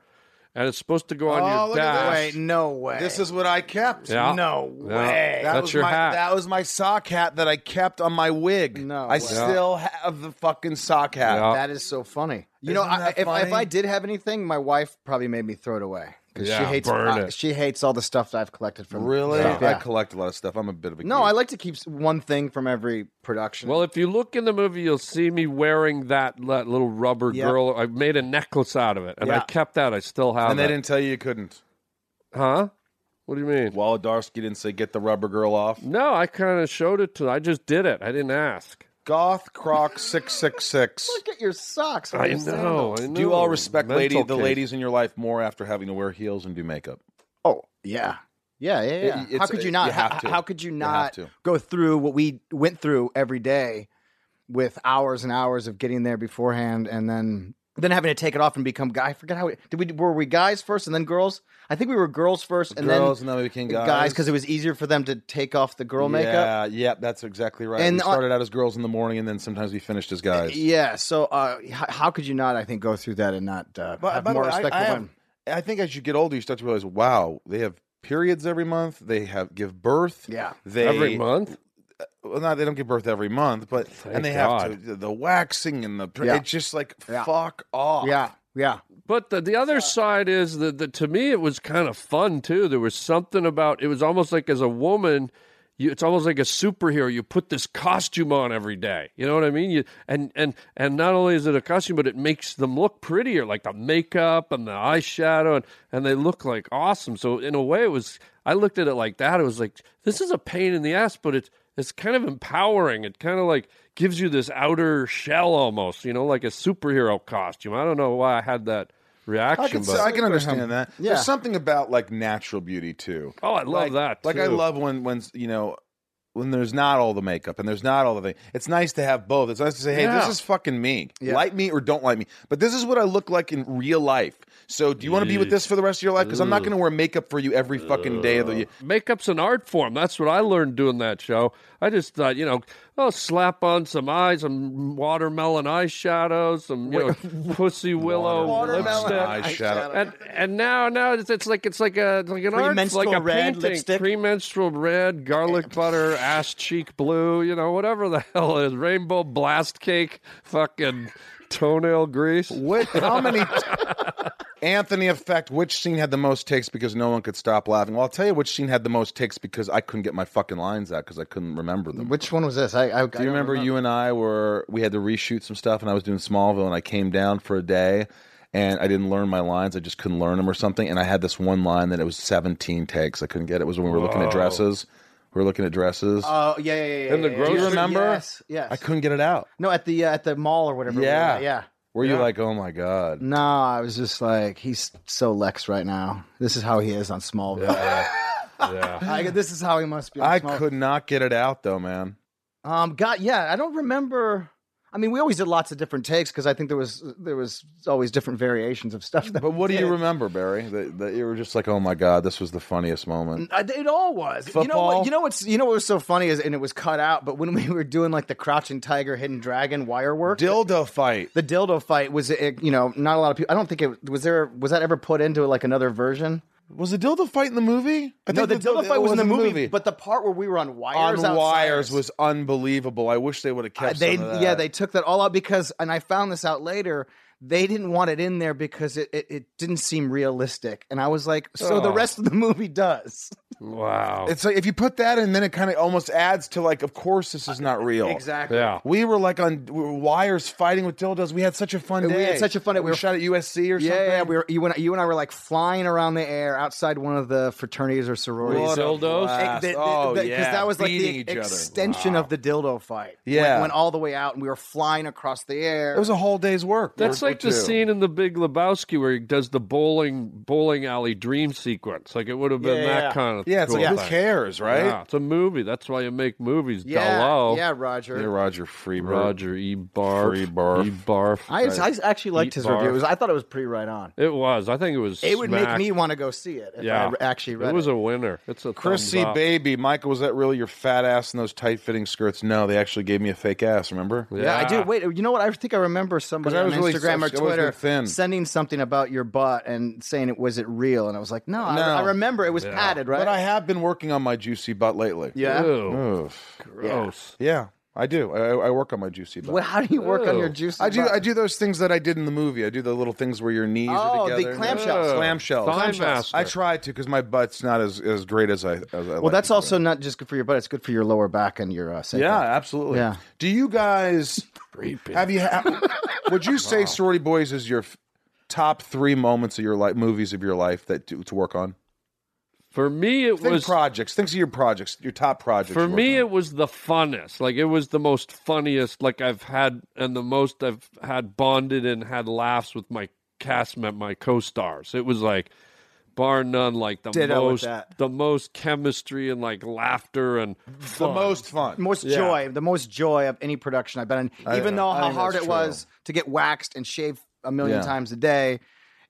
E: and it's supposed to go on
G: Oh,
E: your
G: look at
E: dash.
D: Wait, no way.
G: This is what I kept.
E: Yeah.
D: no
E: Yeah.
D: way.
G: That
E: That's
G: was
E: your
G: my,
E: hat.
G: That was my sock hat that I kept on my wig.
D: No
G: I
D: way.
G: still have the fucking sock hat.
E: Yeah.
D: That is so funny. You
G: Isn't
D: know, I,
G: that
D: if, I- if
G: funny?
D: I did have anything, my wife probably made me throw it away because she
E: Yeah,
D: hates
E: burn
D: uh,
E: it.
D: she hates all the stuff that I've collected from.
G: Really?
D: Yeah.
G: I collect a lot of stuff. I'm a bit of a
D: No,
G: geek.
D: I like to keep s- one thing from every production.
E: Well, if you look in the movie, you'll see me wearing that, that little rubber
D: Yeah.
E: girl. I made a necklace out of it, and I
D: Yeah.
E: kept that. I still have
G: And they
E: it.
G: didn't tell you you couldn't.
E: Huh? What do you mean?
G: Wolodarsky didn't say get the rubber girl off.
E: No, I kind of showed it to. I just did it. I didn't ask.
G: Goth Croc six six six.
D: look at your socks.
E: I know. I know.
G: Do you all respect
E: Mental
G: lady the
E: case.
G: ladies in your life more after having to wear heels and do makeup?
D: Oh yeah, yeah, yeah. yeah.
G: it's-
D: how could
G: it-
D: you not?
G: you have
D: how,
G: to.
D: how could you
G: You have
D: not
G: to.
D: go through what we went through every day with hours and hours of getting there beforehand and then then having to take it off and become guy? I forget how we, did we were we guys first and then girls? I think we were girls first and
G: Girls
D: then
G: and then we became guys.
D: guys because it was easier for them to take off the girl makeup.
G: Yeah, yeah, that's exactly right.
D: And
G: we
D: on-
G: started out as girls in the morning, and then sometimes we finished as guys.
D: Yeah, so uh, h- how could you not? I think go through that and not uh,
G: But
D: have
G: by the
D: more
G: way, I-
D: respect
G: I,
D: for
G: have-
D: women.
G: I think as you get older, you start to realize, wow, they have periods every month. They have give birth.
D: Yeah.
G: they
E: every month?
G: Well, no, they don't give birth every month, but and they have
E: God.
G: to, the waxing and the.
D: Yeah.
G: It's just like
D: Yeah.
G: fuck off.
D: Yeah, yeah.
E: But the, the other side is that the, to me it was kind of fun too. There was something about it was almost like as a woman, you, it's almost like a superhero. You put this costume on every day. You know what I mean? You and and and not only is it a costume, but it makes them look prettier, like the makeup and the eyeshadow, and and they look like awesome. So in a way, it was. I looked at it like that. It was like this is a pain in the ass, but it's it's kind of empowering. It kind of like gives you this outer shell almost, you know, like a superhero costume. I don't know why I had that reaction,
G: I can,
E: but
G: I can understand that.
D: Yeah.
G: There's something about like natural beauty too.
E: oh, I love
G: like,
E: that.
G: Like I
E: too.
G: love when when you know when there's not all the makeup and there's not all the thing. It's nice to have both. It's nice to say, hey, this
E: Yeah.
G: is fucking me.
D: Yeah.
G: Like me or don't like me. But this is what I look like in real life. So do you want to be with this for the rest of your life? Because I'm not going to wear makeup for you every fucking day of the year.
E: makeup's an art form. That's what I learned doing that show. I just thought, you know, oh, slap on some eyes, some watermelon eyeshadow, some you know, pussy willow
G: Watermelon
E: lipstick.
G: eyeshadow.
E: And and now now it's, it's like it's like a it's like an art, it's like a
D: Premenstrual red
E: painting.
D: lipstick.
E: Premenstrual red, garlic butter, ass cheek blue. You know, whatever the hell it is, rainbow blast cake, fucking toenail grease.
G: What? How many? Anthony effect. Which scene had the most takes because no one could stop laughing? Well, I'll tell you which scene had the most takes because I couldn't get my fucking lines out because I couldn't remember them.
D: Which one was this? I, I,
G: Do you remember, you and I were we had to reshoot some stuff and I was doing Smallville and I came down for a day and I didn't learn my lines. I just couldn't learn them or something. And I had this one line that it was 17 takes. I couldn't get it. It was when we were looking at dresses. We were looking at dresses.
D: Oh yeah, yeah, yeah.
E: In the
D: yeah,
E: grocery-
D: yeah.
E: Do you
G: remember?
D: Yes, yes.
G: I couldn't get it out.
D: No, at the uh, at the mall or whatever. we were
G: Yeah.
D: at, yeah.
G: Were you like, oh my god?
D: No, I was just like, he's so Lex right now. This is how he is on Smallville. I, this is how he must be. On
G: I
D: Smallville.
G: could not get it out though, man.
D: Um, God, yeah, I don't remember. I mean, we always did lots of different takes because I think there was there was always different variations of stuff. That
G: But what do you remember, Barry? That, that you were just like, oh my god, this was the funniest moment.
D: I, uh, it all was. You know
G: Football?
D: what? You know what's you know what was so funny is, and it was cut out. But when we were doing like the crouching tiger, hidden dragon wire work,
G: Dildo fight.
D: the dildo fight was it, you know not a lot of people. I don't think it was there. Was that ever put into like another version?
G: Was the dildo fight in the movie? I
D: No, the
G: think
D: dildo fight was in the movie,
G: movie.
D: but the part where we were on wires
G: on
D: outside-
G: wires was unbelievable. I wish they would have
D: Uh,
G: kept.
D: they
G: some of
D: yeah
G: that.
D: they took that all out because and I found this out later. They didn't want it in there because it, it, it didn't seem realistic, and I was like, so the
E: Oh.
D: rest of the movie does.
E: Wow.
G: It's like if you put that in, then it kind of almost adds to like, of course, this is not real.
D: Exactly.
E: yeah.
G: We were like on we were wires fighting with dildos. We had such a fun
D: We
G: day.
D: had such a fun day.
G: We,
D: We were-
G: shot at USC or
D: Yeah,
G: something.
D: yeah, we were, you, and, you and I were like flying around the air outside one of the fraternities or sororities.
G: What a
E: Dildos?
G: blast.
D: Because
G: oh, yeah.
D: that was like
G: Beating each
D: the
G: other.
D: extension of the dildo fight.
G: Yeah.
D: Went, went all the way out and we were flying across the air.
G: It was a whole day's work.
E: That's
G: Work
E: like
G: for
E: the
G: two.
E: scene in the Big Lebowski where he does the bowling bowling alley dream sequence. Like it would have been
D: Yeah,
E: that
D: yeah.
E: kind of
G: Yeah, it's
E: cool
G: like who
E: thing.
G: cares, right?
E: Yeah, it's a movie. That's why you make movies.
D: yeah,
E: Hello,
D: yeah, Roger.
G: Yeah, Roger Freebird.
E: Roger E. Barf,
G: Free barf.
E: E. Barf.
D: I, I actually liked
E: Eat
D: his
E: bar.
D: review. It was- I thought it was pretty right on.
E: it was. I think it was.
D: It would
E: smack.
D: make me want to go see it if
E: Yeah,
D: I re- actually read
E: it
D: it.
E: was a winner. It's a
G: Chrissy
E: thumbs up.
G: baby, Michael, was that really your fat ass in those tight fitting skirts? No, they actually gave me a fake ass. Remember?
D: yeah. I do. Wait, you know what? I think I remember somebody
G: 'Cause I
D: on
G: was really
D: Instagram or
G: such- I wasn't
D: Twitter
G: thin.
D: sending something about your butt and saying it was it real, and I was like, no,
G: No.
D: I, I remember it was padded, right?
G: But I have been working on my juicy butt lately.
D: yeah.
E: Ew,
G: Oof.
E: gross.
G: Yeah, I do. I, I work on my juicy butt.
D: Well, how do you work on your
E: Ew.
D: juicy?
G: I do.
D: butt?
G: I do those things that I did in the movie. I do the little things where your knees
D: Oh,
G: are
D: the
G: together.
D: clamshells.
G: Yeah. Clamshells.
E: Thigh
G: Clamshells.
E: master.
G: I try to because my butt's not as, as great as I. As I
D: Well, that's also not just good for your butt; it's good for your lower back and your uh, sacrum.
G: Yeah, absolutely.
D: Yeah.
G: Do you guys have you? Ha- would you say Sorority Boys is your f- top three moments of your life, movies of your life that to, to work on?
E: For me, it
G: Think
E: was.
G: projects. Think of your projects. Your top projects.
E: For
G: you worked
E: me,
G: on.
E: it was the funnest. Like it was the most funniest. Like I've had, and the most I've had bonded and had laughs with my cast met my co-stars. It was like, bar none, like the
D: Ditto with
E: most,
D: that.
E: the most chemistry and like laughter and fun.
G: the most fun.
D: most joy, the most joy of any production I've been in. Even though
G: I
D: how
G: think
D: hard it
G: that's
D: was to get waxed and shaved a million
G: Yeah.
D: times a day,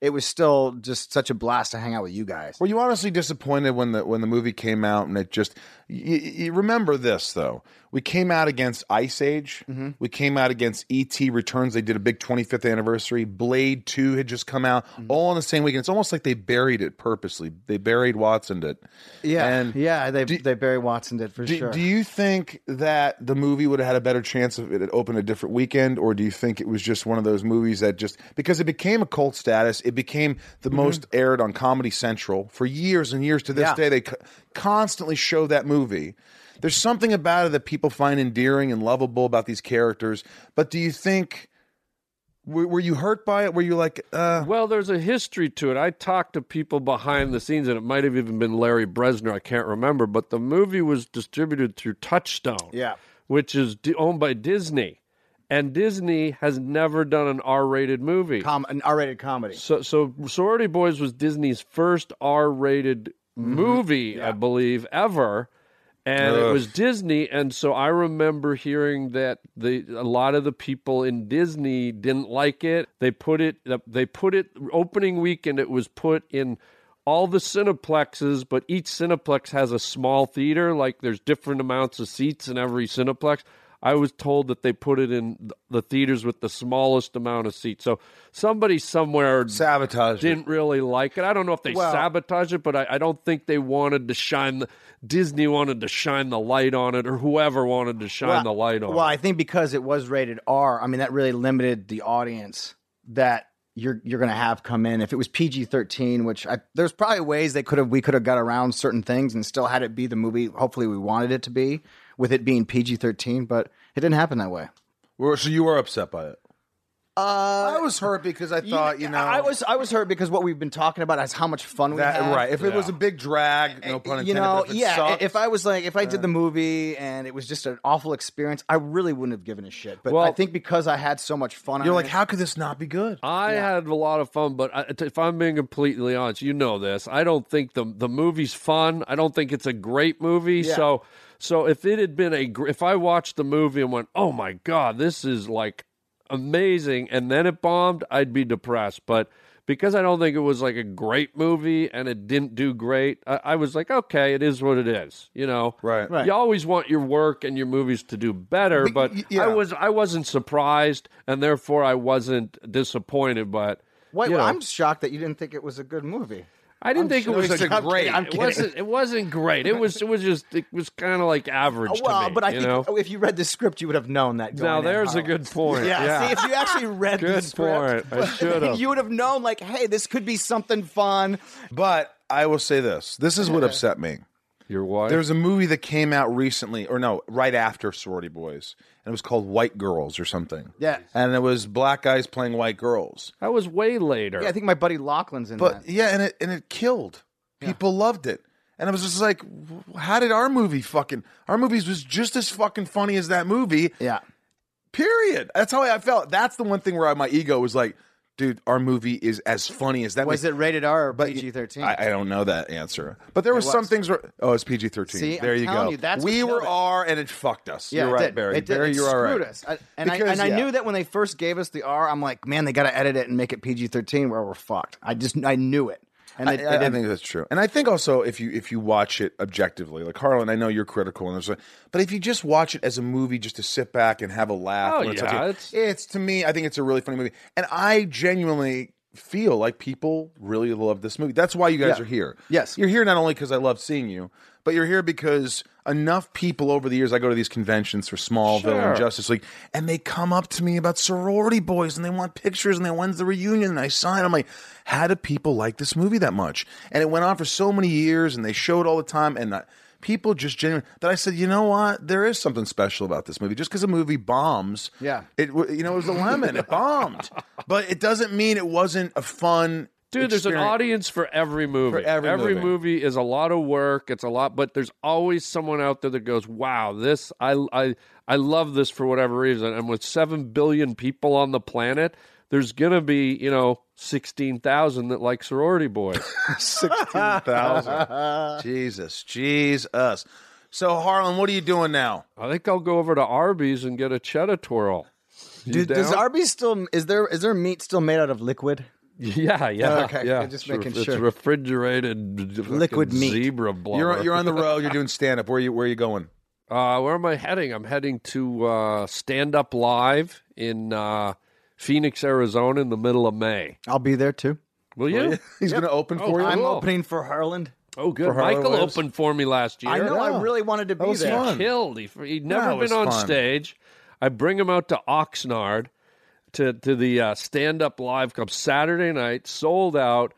D: it was still just such a blast to hang out with you guys.
G: Were you honestly disappointed when the when the movie came out and it just? You, you remember this though. We came out against Ice Age.
D: Mm-hmm.
G: We came out against ET Returns. They did a big 25th anniversary. Blade Two had just come out
D: Mm-hmm.
G: all on the same weekend. It's almost like they buried it purposely. They buried Watson it.
D: Yeah,
G: And
D: yeah, they
G: do-
D: they Barry Watson did for
G: Do,
D: sure.
G: do you think that the movie would have had a better chance if it had opened a different weekend, or do you think it was just one of those movies that just because it became a cult status, it became the most aired on Comedy Central for years and years to this
D: Yeah.
G: day? They co- constantly show that movie. There's something about it that people find endearing and lovable about these characters, but do you think? Were, were you hurt by it? Were you like, uh,
E: Well, there's a history to it. I talked to people behind the scenes, and it might have even been Larry Bresner. I can't remember, but the movie was distributed through Touchstone,
D: Yeah.
E: which is di- owned by Disney, and Disney has never done an R-rated movie.
D: Com- an R-rated comedy.
E: So, so Sorority Boys was Disney's first R-rated movie, I believe, ever, and it was Disney. And so I remember hearing that the a lot of the people in Disney didn't like it. They put it they put it opening weekend. It was put in all the cineplexes, but each cineplex has a small theater. Like there's different amounts of seats in every cineplex. I was told that they put it in th- the theaters with the smallest amount of seats. So somebody somewhere
G: sabotage?
E: didn't really like it. I don't know if they sabotaged it, but I, I don't think they wanted to shine the Disney wanted to shine the light on it, or whoever wanted to shine the light on
D: Well,
E: it.
D: I think because it was rated R, I mean that really limited the audience that you're you're going to have come in. If it was PG thirteen, which I, there's probably ways they could have we could have got around certain things and still had it be the movie. Hopefully, we wanted it to be with it being PG thirteen, but it didn't happen that way.
G: Were- So you were upset by it? I
D: Uh,
G: was hurt because I thought, you know,
D: I was I was hurt because what we've been talking about is how much fun we
G: That,
D: had.
G: right. If it was a big drag, no pun intended.
D: you know,
G: but if it
D: yeah.
G: sucked-
D: If I was like, if I did the movie and it was just an awful experience, I really wouldn't have given a shit. But I
E: Well-
D: think because I had so much fun,
G: you're
D: on
G: like,
D: it-
G: how could this not be good?
E: I had a lot of fun, but I, if I'm being completely honest, you know this. I don't think the the movie's fun. I don't think it's a great movie. So so if it had been a gr- if I watched the movie and went, "Oh my god, this is like amazing," and then it bombed, I'd be depressed. But because I don't think it was like a great movie and it didn't do great, I, I was like, "Okay, it is what it is," you know.
G: Right. Right.
E: You always want your work and your movies to do better,
G: Be-
E: but
G: y- yeah.
E: I was was- I wasn't surprised, and therefore I wasn't disappointed. But
D: Wait,
E: you know,
D: I'm shocked that you didn't think it was a good movie.
E: I did not think it was
G: it's
E: a
G: I'm
E: great.
G: kidding, I'm
E: it
G: kidding.
E: wasn't. It wasn't great. It was. It was just. It was kind of like average. to
D: well,
E: me,
D: but I
E: you
D: think
E: know?
D: oh, if you read the script, you would have known that. Going
E: now
D: in,
E: there's a
D: Harlan.
E: good point.
D: Yeah, see, if you actually read the
E: Good
D: script,
E: point. I should've.
D: you would have known, like, hey, this could be something fun.
G: But I will say this: this is what upset me.
E: Your wife?
G: There's a movie that came out recently, or no, right after Sorority Boys, and it was called White Girls or something.
D: Yeah.
G: and it was black guys playing white girls.
E: that was way later.
D: Yeah, I think my buddy Lachlan's in
G: But
D: that.
G: yeah, and it and it killed. People loved it, and it was just like, w- how did our movie fucking our movies was just as fucking funny as that movie?
D: Yeah.
G: Period. That's how I felt. That's the one thing where my ego was like, dude, our movie is as funny as that.
D: Was
G: movie.
D: it rated R or
G: But
D: PG thirteen?
G: I, I don't know that answer, but there was, some
D: was.
G: things where oh, it's PG thirteen.
D: See,
G: There
D: I'm
G: you
D: telling
G: go.
D: you, that's
G: we
D: what
G: were
D: killed it.
G: R, and it fucked us. you're
D: it
G: right,
D: did.
G: Barry.
D: It did.
G: Barry,
D: It
G: you're all right.
D: screwed us. I- and
G: Because,
D: I, and I
G: yeah.
D: knew that when they first gave us the R, I'm like, man, they got to edit it and make it PG thirteen, or we're fucked. I just I knew it, and they,
G: I,
D: they
G: I- I
D: didn't.
G: think that's true, and I think also if you if you watch it objectively, like Harlan, I know you're critical and there's, but if you just watch it as a movie, just to sit back and have a laugh,
E: Oh,
G: when it's,
E: yeah,
G: okay,
E: it's-
G: it's to me, I think it's a really funny movie, and I genuinely feel like people really love this movie. That's why you guys
D: Yeah.
G: are here.
D: Yes.
G: you're here not only because I love seeing you, but you're here because enough people over the years I go to these conventions for Smallville
E: Sure.
G: and Justice League, and they come up to me about sorority boys and they want pictures and they when's the reunion and I sign. I'm like, how do people like this movie that much? And it went on for so many years and they showed all the time and uh, people just genuinely that I said, you know what? There is something special about this movie. Just because a movie bombs,
D: Yeah.
G: it w- you know it was a lemon, it bombed, but it doesn't mean it wasn't a fun.
E: Dude, there's an
G: experience.
E: audience for every movie.
G: For every movie.
E: movie. is a lot of work. It's a lot, but there's always someone out there that goes, "Wow, this I I I love this for whatever reason." And with seven billion people on the planet, there's gonna be you know sixteen thousand that like sorority boys.
G: Sixteen thousand. Jesus, Jesus. So Harlan, what are you doing now?
E: I think I'll go over to Arby's and get a cheddar twirl. You
D: Dude, does
E: down?
D: Arby's still is there is there meat still made out of liquid?
E: Yeah, yeah,
D: Okay,
E: yeah.
D: I'm just
E: It's re-
D: making
E: it's
D: sure.
E: refrigerated
D: Liquid
E: fucking
D: meat.
E: zebra blubber.
G: You're you're on the road. You're doing stand up. Where you where you going?
E: Uh, where am I heading? I'm heading to uh, Stand Up Live in uh, Phoenix, Arizona, in the middle of May.
D: I'll be there too.
E: Will you?
G: He's going to open
E: Oh,
G: for you.
E: I'm-
D: I'm
E: Cool.
D: opening for Harland.
E: Oh, good.
G: For Harlan
E: Michael
G: Williams.
E: opened for me last year.
D: I know.
G: Yeah.
D: I really wanted to be
G: That was
D: there.
G: fun.
E: Killed. He, he'd
G: Yeah,
E: never
G: it was
E: been on
G: fun.
E: stage. I bring him out to Oxnard to to the uh, Stand Up Live Club Saturday night, sold out,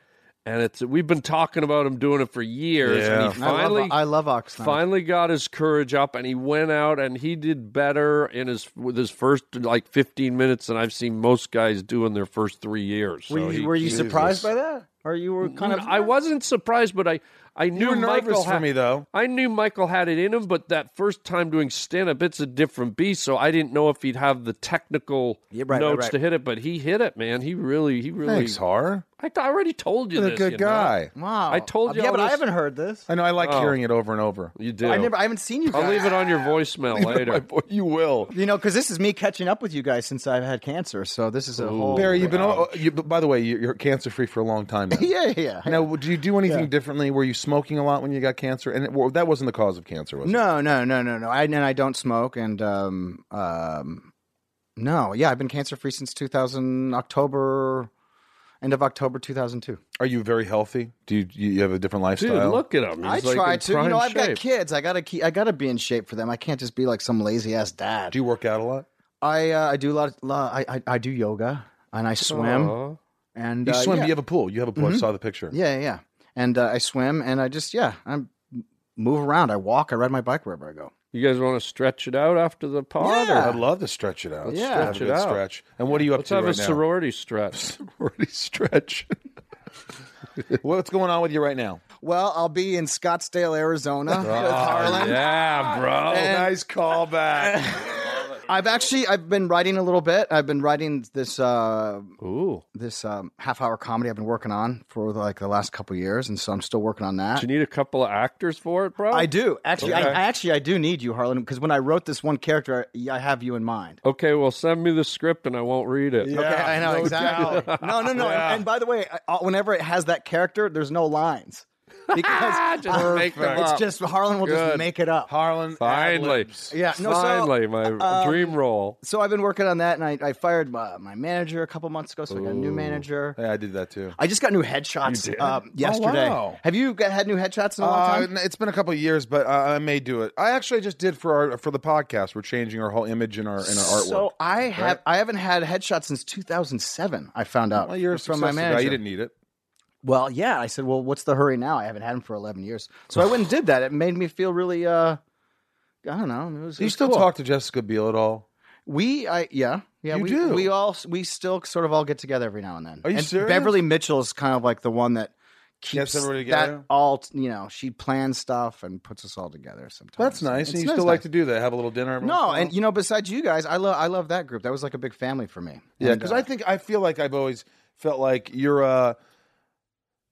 E: and it's we've been talking about him doing it for years,
G: Yeah.
E: and he finally
D: I love, I love Oxnard.
E: finally got his courage up and he went out and he did better in his with his first like 15 minutes than I've seen most guys do in their first 3 years.
D: Were
E: So
D: you,
E: he-
D: were you surprised by that? Or you were kind of
E: I wasn't surprised but I I knew
G: You were nervous
E: Michael
G: for
E: had,
G: me though.
E: I knew Michael had it in him but that first time doing stand up it's a different beast so I didn't know if he'd have the technical
D: Yeah, right, right,
E: notes
D: right.
E: to hit it but he hit it man. He really he really
G: Thanks, Har.
E: I, th- I already told you
G: You're a
E: this, you
G: good
E: know?
G: guy.
D: Wow.
E: I told you
D: Yeah,
E: all
D: but I
E: this-
D: haven't heard this.
G: I know. I like hearing it over and over.
E: You do.
D: I never I haven't seen you guys.
E: I'll leave it on your voicemail
G: My
E: later.
G: boy, you will.
D: You know, because this is me catching up with you guys since I've had cancer. So this is a whole.
G: Barry, you've been. Oh, you, but by the way, you- you're cancer free for a long time now.
D: yeah, yeah.
G: Now, do you do anything differently? Were you smoking a lot when you got cancer? And it, well, that wasn't the cause of cancer, was it?
D: No, no, no, no, no. I, and I don't smoke. And um, um, no, yeah, I've been cancer free since 2000 October, end of October 2002.
G: Are you very healthy? Do you you have a different
E: Dude,
G: lifestyle?
E: look at him. He's
D: I
E: like
D: try
E: in
D: to. You
E: prime
D: know, I've got
E: shape.
D: kids. I gotta keep. I gotta be in shape for them. I can't just be like some lazy ass dad.
G: Do you work out a lot?
D: I uh, I do a lot. Of, lo- I, I I do yoga and I swim
E: Aw.
D: and
G: You
D: uh,
G: swim.
D: Yeah,
G: You have a pool. You have a pool. I saw the picture.
D: yeah, yeah. And uh, I swim and I just yeah I move around. I walk. I ride my bike wherever I go.
E: You guys want to stretch it out after the pod?
D: Yeah.
G: I'd love to stretch it out.
D: Yeah.
G: Have a
E: Stretch it
G: good
E: out.
G: stretch. And what are you up
E: Let's
G: to
E: have
G: right
E: a
G: now?
E: sorority stretch.
G: sorority stretch. What's going on with you right now?
D: Well, I'll be in Scottsdale, Arizona with Harlan.
E: Yeah, bro.
G: nice callback.
D: I've actually I've been writing a little bit. I've been writing this uh
E: Ooh.
D: this um, half hour comedy I've been working on for like the last couple years, and so I'm still working on that.
E: Do you need a couple of actors for it, bro?
D: I do actually. I,
E: Oh. Okay.
D: I actually I do need you, Harlan, because when I wrote this one character, I, I have you in mind.
E: Okay, well, send me the script and I won't read it.
D: okay, I know exactly. No, no, no. And, and by the way, I- uh, whenever it has that character, there's no lines because
E: Just make them
D: it's
E: up.
D: just Harlan will just
E: Good.
D: make it up.
G: Harlan.
E: Finally.
D: Yeah, no, so, uh, um,
E: Finally, my dream role.
D: So I've been working on that, and I, I fired my, my manager a couple months ago, so I got a new manager.
G: Yeah, I did that too.
D: I just got new headshots um, yesterday.
G: wow.
D: Have you got, had new headshots in a long
G: Uh,
D: time?
G: n- it's been a couple of years, but uh, I may do it. I actually just did for our for the podcast. We're changing our whole image and our and our artwork.
D: So I have I haven't had headshots since 2007. I found out
G: well, you're a
D: from my
G: successful guy.
D: manager.
G: You didn't need it.
D: Well, yeah. I said, well, what's the hurry now? I haven't had him for 11 years. So I went and did that. It made me feel really, uh, I don't know. It was,
G: Do
D: it
G: you
D: was
G: still
D: cool.
G: talk to Jessica Biel at all?
D: We, I, yeah. Yeah,
G: You
D: we
G: do.
D: we all we still sort of all get together every now and then.
G: Are you
D: and
G: serious?
D: Beverly Mitchell's kind of like the one that keeps
G: everybody
D: that
G: together?
D: all. t- You know, she plans stuff and puts us all together sometimes.
G: That's nice.
D: It's
G: and you
D: nice,
G: still like
D: nice.
G: to do that? Have a little dinner? every once
D: No,
G: in a
D: and
G: while?
D: you know, besides you guys, I love I love that group. That was like a big family for me.
G: Yeah,
D: And,
G: because
D: uh,
G: I think I feel like I've always felt like you're a.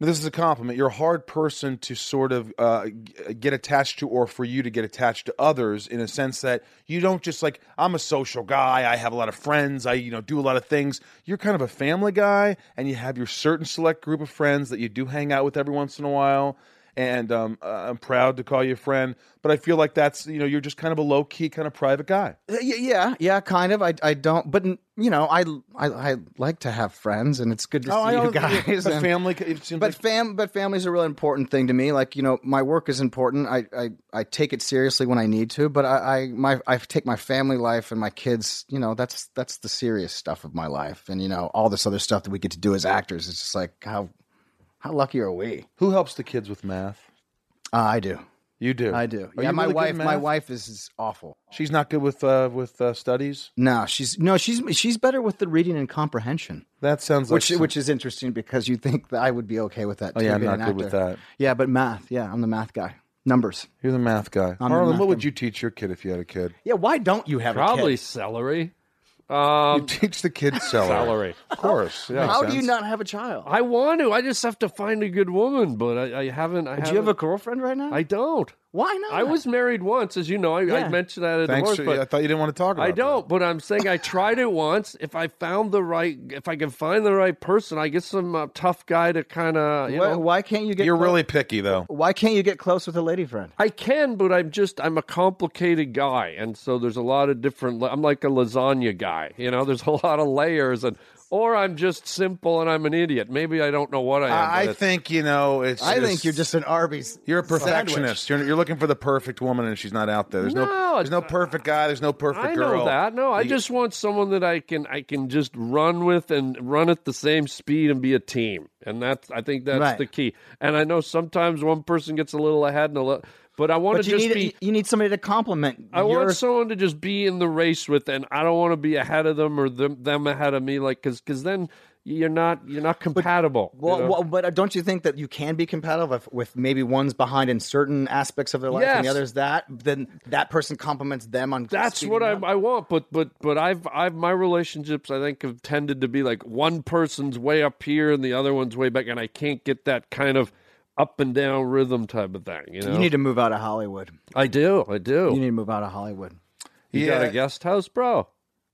G: This is a compliment. You're a hard person to sort of uh, g- get attached to, or for you to get attached to others, in a sense that you don't just like. I'm a social guy. I have a lot of friends. I you know do a lot of things. You're kind of a family guy, and you have your certain select group of friends that you do hang out with every once in a while. And um, uh, I'm proud to call you a friend, but I feel like that's you know you're just kind of a low key kind of private guy.
D: Uh, y- yeah, yeah, kind of. I, I don't, but you know, I, I I like to have friends, and it's good to
G: Oh,
D: see you guys.
G: but
D: and-
G: family. It seems
D: but
G: like-
D: fam, but family's a really important thing to me. Like you know, my work is important. I I, I take it seriously when I need to, but I, I my I take my family life and my kids. You know, that's that's the serious stuff of my life, and you know, all this other stuff that we get to do as actors. It's just like how how lucky are we?
G: Who helps the kids with math?
D: Uh, I do,
G: You do.
D: I do.
G: Are
D: yeah,
G: you
D: my
G: really good at
D: wife, my
G: math?
D: wife is, is awful.
G: She's not good with uh, with uh, studies.
D: No, she's no, she's she's better with the reading and comprehension.
G: That sounds like
D: which which is interesting because you think that I would be okay with that.
G: Oh
D: too,
G: yeah, I'm
D: being
G: not
D: an
G: good with
D: actor.
G: that.
D: Yeah, but math. Yeah, I'm the math guy. Numbers.
G: You're the math guy,
D: I'm the
G: Harlan.
D: math
G: what would
D: guy.
G: you teach your kid if you had a kid?
D: Yeah, why don't you have
E: Probably
D: A kid?
E: celery. Um,
G: you teach the kid celery.
H: Celery.
G: of course. Yeah,
D: How
G: makes
D: do you
G: sense.
D: not have a child?
E: I want to. I just have to find a good woman, but I, I haven't. I
D: do
E: haven't,
D: you have a girlfriend right now?
E: I don't.
D: why not?
E: I was married once, as you know. I,
D: Yeah.
E: I mentioned that at
G: Thanks.
E: the
G: to-
E: but
G: I thought you didn't want to talk about.
E: I don't. But I'm saying I tried it once. If I found the right, if I can find the right person, I get some uh, tough guy to kind of. You
D: Why,
E: know,
D: why can't you
G: That.
D: get?
G: You're
D: clo-
G: really picky though.
D: Why can't you get close with a lady friend?
E: I can, but I'm just I'm a complicated guy, and so there's a lot of different. la- I'm like a lasagna guy, you know. There's a lot of layers, and or I'm just simple and I'm an idiot. Maybe I don't know what I am.
G: I,
E: but
G: I
E: it's-
G: think you know. It's.
D: I think you're just an Arby's.
G: You're a perfectionist. You're, you're looking for the perfect woman, and she's not out there. There's no.
E: No,
G: there's no
E: it's-
G: perfect guy. There's no perfect
E: I
G: girl.
E: know that. No, I
G: You-
E: just want someone that I can I can just run with and run at the same speed and be a team. And that's I think that's
D: Right.
E: the key. And I know sometimes one person gets a little ahead and a little, but I want
D: But
E: to
D: you
E: just
D: need
E: be.
D: you need somebody to compliment.
E: I
D: your,
E: want someone to just be in the race with, and I don't want to be ahead of them or them, them ahead of me, like because then you're not you're not compatible. you
D: Well,
E: know?
D: well, but don't you think that you can be compatible if, with maybe one's behind in certain aspects of their life and the
E: Yes.
D: other's that? Then that person compliments them on.
E: That's
D: speeding
E: what I,
D: up.
E: I want, but but but I've I've my relationships I think have tended to be like one person's way up here and the other one's way back, and I can't get that kind of up and down rhythm type of thing. You know,
D: You need to move out of Hollywood.
E: I do, I do.
D: You
E: You,
D: need to move out of Hollywood.
E: got
G: Yeah.
E: a guest house, bro.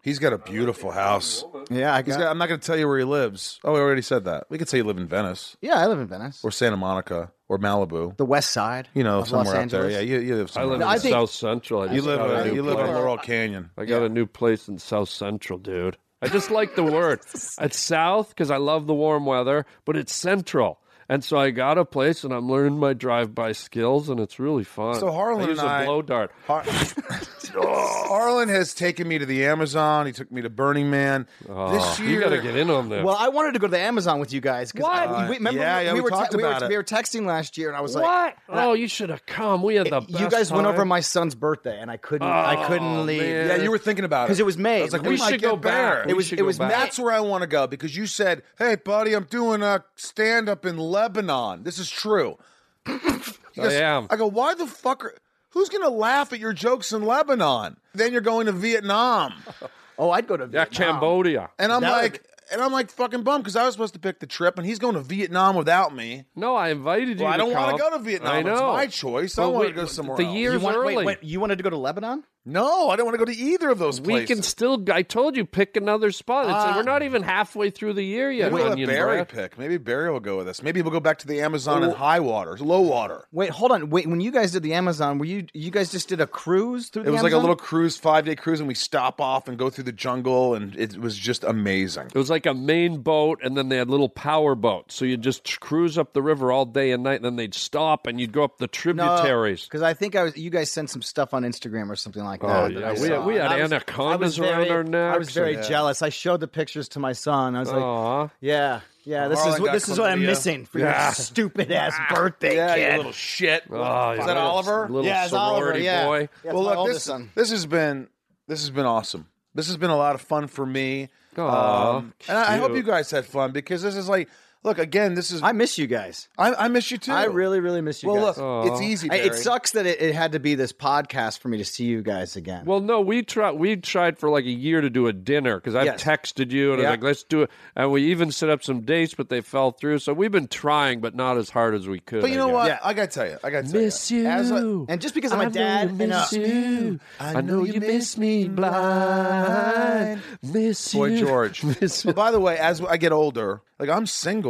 G: He's got a beautiful house.
D: Yeah, I
G: He's
D: guess.
G: got, I'm not going to tell you where he lives. Oh, we already said that. We could say you live in Venice.
D: yeah, I live in Venice,
G: or Santa Monica or Malibu.
D: the West Side.
G: You know,
D: of Los
G: somewhere out there.
D: Angeles.
G: Yeah, you, you live.
E: I
G: Somewhere.
E: live
D: No,
E: in
D: I think-
E: South Central. I
G: you
E: just
G: live.
E: got a
G: uh,
E: new
G: you live in
E: place.
G: Laurel Canyon.
E: I got a new place in South Central, dude. I just like the word. It's South because I love the warm weather, but it's Central. And so I got a place, and I'm learning my drive-by skills, and it's really fun.
G: So Harlan
E: I use
G: and
E: a
G: I-
E: blow dart.
G: Har- Arlen has taken me to the Amazon. He took me to Burning Man this year.
E: Oh, You got to get in on this.
D: Well, I wanted to go to the Amazon with you guys. 'cause
E: What?
D: I- we, remember
G: Yeah,
D: we,
G: yeah, we
D: were
G: talked
D: we,
G: about
D: were,
G: it.
D: we were texting last year, and I was
E: what?
D: like,
E: oh, you should have come. We had the best
D: "You guys went
E: time.
D: over my son's birthday, and I couldn't. I
G: Oh,
D: couldn't leave.
E: man.
G: yeah, you were thinking about it
D: 'Cause it was May.
G: I was like,
E: We
G: we, might
E: should
G: get
E: go back.
G: better.
E: We
D: It was.
E: should
D: It
E: go
D: was
E: back.
D: May.
G: That's where I want to go because you said, "Hey, buddy, I'm doing a stand up in Lebanon." This is true. He goes-
E: am.
G: I go, "Why the fuck are?" Who's gonna laugh at your jokes in Lebanon? Then you're going to Vietnam.
D: Oh, I'd go to
E: Yeah,
D: Vietnam.
E: Cambodia.
G: And I'm
D: That would
G: like, and I'm like fucking bummed because I was supposed to pick the trip, and he's going to Vietnam without me.
E: No, I invited you.
G: Well, I don't
E: want
G: wanna go to Vietnam.
E: I
G: It's
E: know.
G: my choice. I
E: But
G: wanna
E: we-
G: go somewhere
E: The
G: else.
E: year's
D: You, want,
E: early.
D: wait, wait, you wanted to go to Lebanon?
G: No, I don't want to go to either of those
E: we
G: places.
E: can still. I told you, pick another spot. It's, we're not even halfway through the year yet.
G: Maybe we'll let
E: Onion
G: Barry
E: Breath.
G: pick. Maybe Barry will go with us. Maybe we'll go back to the Amazon in high water, low water.
D: Wait, hold on. Wait, when you guys did the Amazon, were you you guys just did a cruise through?
G: It was like a little cruise, five day cruise, and we stop off and go through the jungle, and it was just amazing.
E: It was like a main boat, and then they had little power boats. So you'd just cruise up the river all day and night, and then they'd stop, and you'd go up the tributaries.
D: Because I think I was. You guys sent some stuff on Instagram or something like that. that
E: Oh, yeah,
D: I
E: we-
D: saw.
E: we had
D: And I was-
E: anacondas
D: I was
E: around
D: very-
E: our necks
D: I was very
E: and- Oh.
D: jealous. I showed the pictures to my son. I was like,
E: Aw.
D: yeah, Yeah, this
I: Harlan
D: is what
I: got
D: this is what I'm
I: chlamydia.
D: missing for
E: Yeah.
D: your stupid ass birthday
I: Yeah, you
D: kid.
I: little shit.
E: Oh,
I: is
E: yeah.
I: that Oliver?
E: Little
D: yeah, it's Oliver.
E: sorority
D: Yeah.
E: boy.
D: Yeah, it's
G: well,
D: my
G: look,
D: oldest
G: this,
D: son.
G: this has been this has been awesome. This has been a lot of fun for me. Um,
B: Aw,
G: and I, I hope you
B: cute.
G: guys had fun because this is like, look, again, this is
D: I
G: I,
D: miss you guys.
G: I miss you too.
D: I really, really miss you
G: well,
D: guys.
G: look, it's easy.
E: Oh,
D: I-
G: Barry.
D: it sucks that it, it had to be this podcast for me to see you guys again.
E: Well, no, we tried. We tried for like a year to do a dinner because I've
D: Yes.
E: texted you and I
D: Yeah.
E: was like, "Let's do it." And we even set up some dates, but they fell through. So we've been trying, but not as hard as we could.
G: But you
E: I
G: know
E: guess.
G: what?
D: Yeah.
G: I gotta tell you, I gotta tell
E: Miss you.
G: As a-
D: and just because I'm a
E: I know
D: dad
E: you
D: and a-
E: miss you. I know you miss me blind. Miss
G: Boy
E: you.
G: George.
E: Miss
G: But by the way, as I get older, like I'm single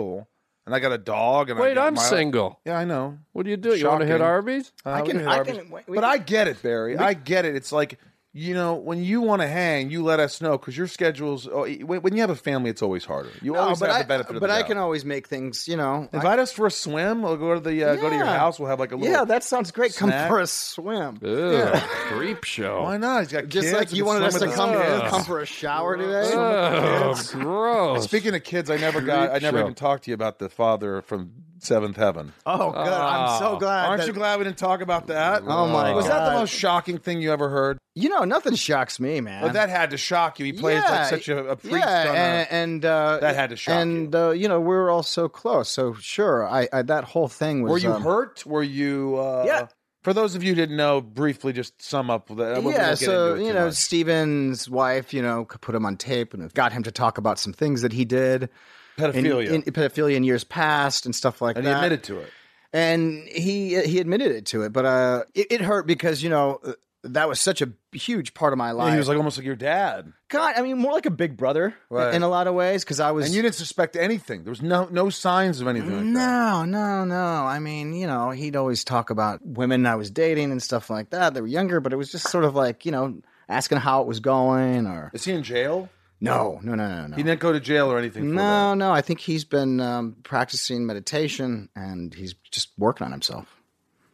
G: and I got a dog. And I
E: Wait,
G: got
E: I'm
G: my-
E: single.
G: Yeah, I know.
E: What do you do? You want to hit
G: Shocking.
E: Arby's?
G: Uh,
D: I
G: we
D: can,
G: hit
D: Um, I
G: Arby's.
D: can, we-
G: but I get it, Barry. I get it. It's like you know when you want to hang, you let us know because your schedules. oh, When when you have a family, it's always harder. You
D: No,
G: always
D: but
G: have
D: I,
G: the benefit of
D: but
G: the
D: I
G: doubt.
D: can always make things, you know. I-
G: Invite us for a swim. We'll go to the uh, go to your
D: Yeah.
G: house. We'll have like a little.
D: yeah, that sounds great.
G: snack.
D: Come for a swim.
E: Ew, creep show.
G: Why not? He's got
D: Just
G: kids.
D: like
G: We
D: you
G: can
D: wanted us
G: swim
D: to
G: with
D: come,
G: the kids.
D: come for a shower today.
E: Oh, gross.
G: Speaking of kids, I never got. I never
E: show.
G: even talked to you about the father from Seventh Heaven.
D: Oh, good. I'm so glad.
G: Aren't
D: that-
G: you glad we didn't talk about that?
D: Oh my
G: Was that the
D: God.
G: most shocking thing you ever heard?
D: You know, nothing shocks me, man.
G: But that had to shock you. He plays
D: Yeah,
G: like such a, a priest.
D: yeah,
G: on a-
D: and, and uh,
G: That had to shock
D: And you, uh, you know, we were all so close. So sure, I, I that whole thing was.
G: Were you
D: um,
G: hurt? Were you? Uh,
D: Yeah.
G: For those of you who didn't know, briefly just sum up. The, we
D: yeah,
G: won't get
D: so
G: into it
D: you
G: too
D: know,
G: much.
D: Steven's wife, you know, put him on tape and got him to talk about some things that he did in,
G: pedophilia,
D: in pedophilia in years past and stuff like
G: and
D: that.
G: he admitted to it.
D: and he he admitted it to it, but uh, it, it hurt because you know uh, that was such a huge part of my life.
G: And he was like almost like your dad,
D: God, I mean, more like a big brother
G: Right.
D: in a lot of ways because I was
G: and you didn't suspect anything. There was no no signs of anything. Like that.
D: No, no, no. I mean, you know, he'd always talk about women I was dating and stuff like that. They were younger, but it was just sort of like, you know, asking how it was going or
G: Is he in jail?
D: no, no, no, no,
G: He
D: no.
G: didn't go to jail or anything. for
D: No, no. I think he's been um, practicing meditation and he's just working on himself.
G: that.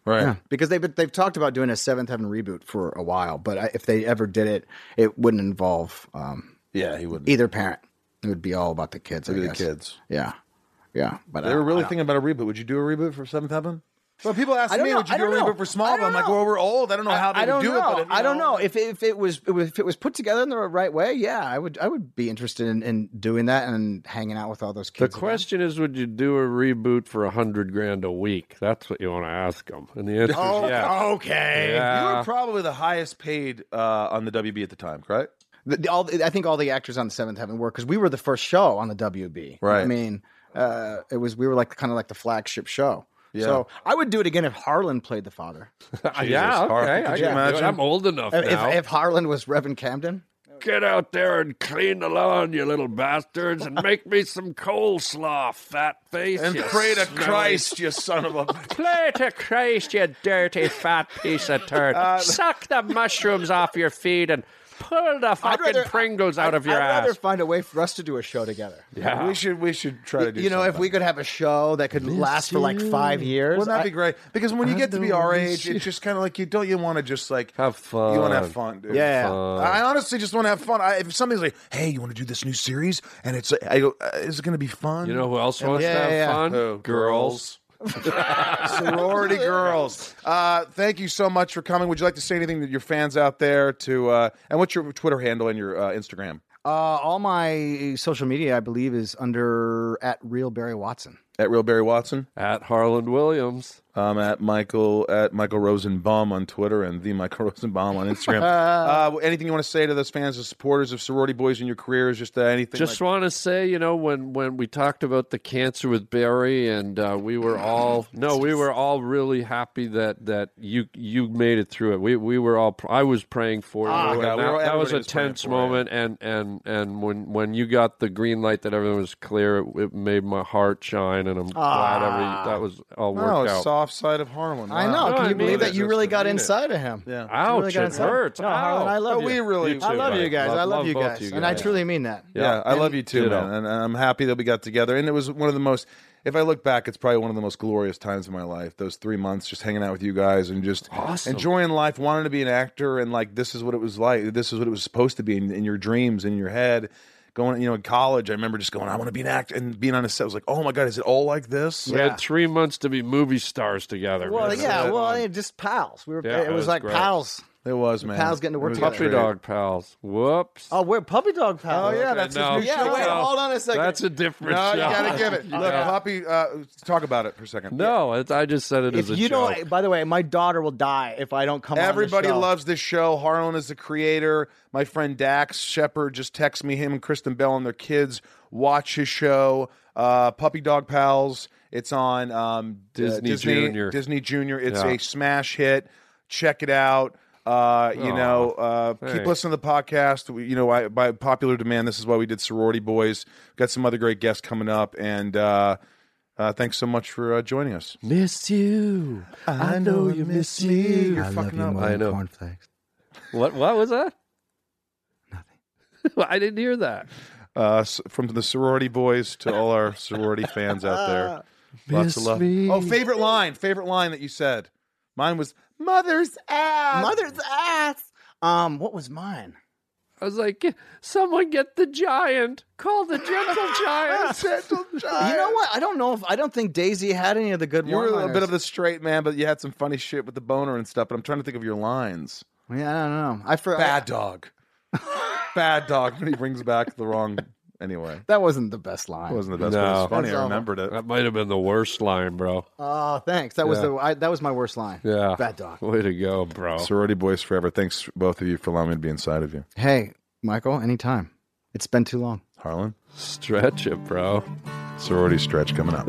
G: Right.
D: Yeah, because they've been, they've talked about doing a Seventh Heaven reboot for a while, but I, if they ever did it, it wouldn't involve um,
G: Yeah, he wouldn't.
D: either parent. It would be all about the kids. I
G: Maybe the
D: guess.
G: kids.
D: Yeah, yeah. But uh,
G: They
D: I-
G: were
D: I
G: really
D: don't-
G: thinking about a reboot. Would you do a reboot for Seventh Heaven? Well, people ask
D: I
G: me,
D: don't know.
G: would you
D: I
G: do a
D: don't know.
G: reboot for Smallville?
D: I don't
G: I'm like,
D: know.
G: well, we're old. I don't know how they
D: I don't
G: would do
D: know.
G: it. But if, you
D: I don't know if if it was if it was put together in the right way. Yeah, I would I would be interested in, in doing that and hanging out with all those
E: The
D: kids.
E: question is, would you do a reboot for a hundred grand a week? That's what you want to ask them, and the answer is yeah.
D: okay.
G: You
E: Yeah.
G: were probably the highest paid uh, on the WB at the time, correct?
D: The, the- all I think all the actors on the Seventh Heaven were because we were the first show on the WB.
G: Right.
D: I mean, uh, it was we were like kind of like the flagship show.
G: Yeah.
D: So I would do it again if Harlan played the father.
E: yeah,
G: Jesus,
E: okay.
G: Harlan, could
E: I
G: you
E: can do it.
G: imagine?
E: I'm old enough
D: If,
E: now.
D: if, if Harlan was Reverend Camden,
E: Get out there and clean the lawn, you little bastards, and make me some coleslaw, fat face.
G: And
E: you
G: pray to
E: smelly-
G: Christ, you son of a.
E: Pray to Christ, you dirty fat piece of turd. Suck the mushrooms off your feet and pull the fucking
D: rather-
E: Pringles out of
D: I'd
E: your
D: rather
E: ass.
D: find a way for us to do a show together.
G: We should we should try to do.
D: You know, if
G: something.
D: we could have a show that could last for like five years,
G: wouldn't that
D: I-
G: be great? Because when you get to be our age, it's just kind of like you don't you want to just like
E: Have
G: You want to
E: fun.
G: have fun, dude.
D: Yeah.
G: I honestly just want to have fun. I, if somebody's like, "Hey, you want to do this new series?" and it's, I go, uh, "Is it going to be fun?"
E: You know who else wants to
D: Yeah,
E: have
D: yeah.
E: fun?
G: Who?
E: Girls.
G: sorority girls. Uh, thank you so much for coming. Would you like to say anything to your fans out there? To uh, and what's your Twitter handle and your uh, Instagram?
D: Uh, all my social media, I believe, is under at real Barry Watson.
G: At real Barry Watson.
E: At Harlan Williams.
G: Um, at Michael at Michael Rosenbaum on Twitter and the Michael Rosenbaum on Instagram. uh, anything you want to say to those fans, the supporters of sorority boys in your careers? Just uh, anything.
E: Just
G: like-
E: want to say, you know, when when we talked about the cancer with Barry, and uh, we were all no, we were all really happy that that you you made it through it. We we were all I was praying for you. and
G: God, we
E: that,
G: Ah, were-
E: that was
G: everybody
E: a
G: was praying
E: tense
G: for you.
E: moment, and and and when when you got the green light that everything was clear, it, it made my heart shine, and I'm glad
G: Ah.
E: every that was all
G: Wow,
E: worked out.
G: soft side of Harlan.
D: I know.
E: No,
D: Can
E: I
D: you
E: mean,
D: believe
E: it
D: that you
E: just
D: really got
E: mean it.
D: inside of him? Yeah.
E: Ouch!
D: really got
E: it
D: inside.
E: hurts.
D: No, Harlan,
E: Ow.
D: I love
G: Oh,
D: you.
G: we really-
E: You
D: I
E: too,
D: love you
E: buddy.
D: guys. I love, you,
E: both
D: guys. and I
E: guys.
D: truly mean that.
G: Yeah, I love you too,
E: Ditto.
G: man. And, and I'm happy that we got together. And it was one of the most, if I look back, it's probably one of the most glorious times of my life. Those three months just hanging out with you guys and just enjoying life, wanting to be an actor. And like, this is what it was like. This is what it was supposed to be in, in your dreams, in your head. going, you know, in college, I remember just going, I want to be an actor and being on a set. I was like, oh my God, is it all like this?
E: We had three months to be movie stars together.
D: Well,
E: man.
D: yeah,
E: That
D: well,
E: was
D: yeah, just pals. We were.
E: Yeah,
D: it
E: it
D: was,
E: was
D: like
E: great.
D: pals.
G: It was, man.
D: Pals getting to work
G: It was
D: together.
E: puppy
G: great.
E: dog pals. Whoops.
D: Oh, we're puppy dog pals. Oh yeah,
E: that's his no, new
D: Yeah,
E: show.
D: wait, hold on a second.
E: That's a different
G: No, you
E: show.
G: gotta give it. Look, Poppy, uh, talk about it for a second.
E: No, it's, I just said it
D: if
E: as a
D: you
E: joke.
D: don't, by the way, my daughter will die if I don't come.
G: Everybody
D: on the show.
G: loves this show. Harlan is the creator. My friend Dax Shepard just texted me. Him and Kristen Bell and their kids watch his show, uh, Puppy Dog Pals. It's on um, d-
E: Disney Junior.
G: Disney Junior. It's
E: Yeah.
G: a smash hit. Check it out. Uh, you
E: Aw,
G: know, uh, keep
E: thanks.
G: listening to the podcast. We, you know, I, by popular demand, this is why we did Sorority Boys. Got some other great guests coming up, and uh, uh, thanks so much for uh, joining us.
E: miss you. I know you miss me.
G: You're fucking up.
E: I know.
D: cornflakes.
E: What? What was that? Nothing. I didn't hear that.
G: uh, s- from the sorority boys to all our sorority fans out there. Lots of
E: Miss
G: love.
E: me.
G: Oh, favorite line, favorite line that you said. Mine was "Mother's ass."
D: Mother's ass. Um, what was mine?
E: I was like, someone get the giant. Call the gentle giant.
D: you know what? I don't know if I don't think Daisy had any of the good
G: Uh, You were
D: ones.
G: a bit of the straight man, but you had some funny shit with the boner and stuff. But I'm trying to think of your lines.
D: Yeah, I don't know. I for,
G: Bad dog, bad dog. When he brings back the wrong. Anyway,
D: that wasn't the best line.
G: that wasn't the best. but it
E: No.
G: was funny.
D: That's
G: I
D: awful.
G: remembered it.
E: That might have been the worst line, bro.
D: Oh, thanks. That was
E: Yeah.
D: the I, that was my worst line.
E: Yeah.
D: Bad dog.
E: Way to go, bro.
G: Sorority boys forever. Thanks both of you for allowing me to be inside of you,
D: Hey, Michael, anytime. It's been too long.
G: Harlan.
E: Stretch it, bro.
G: Sorority stretch coming up.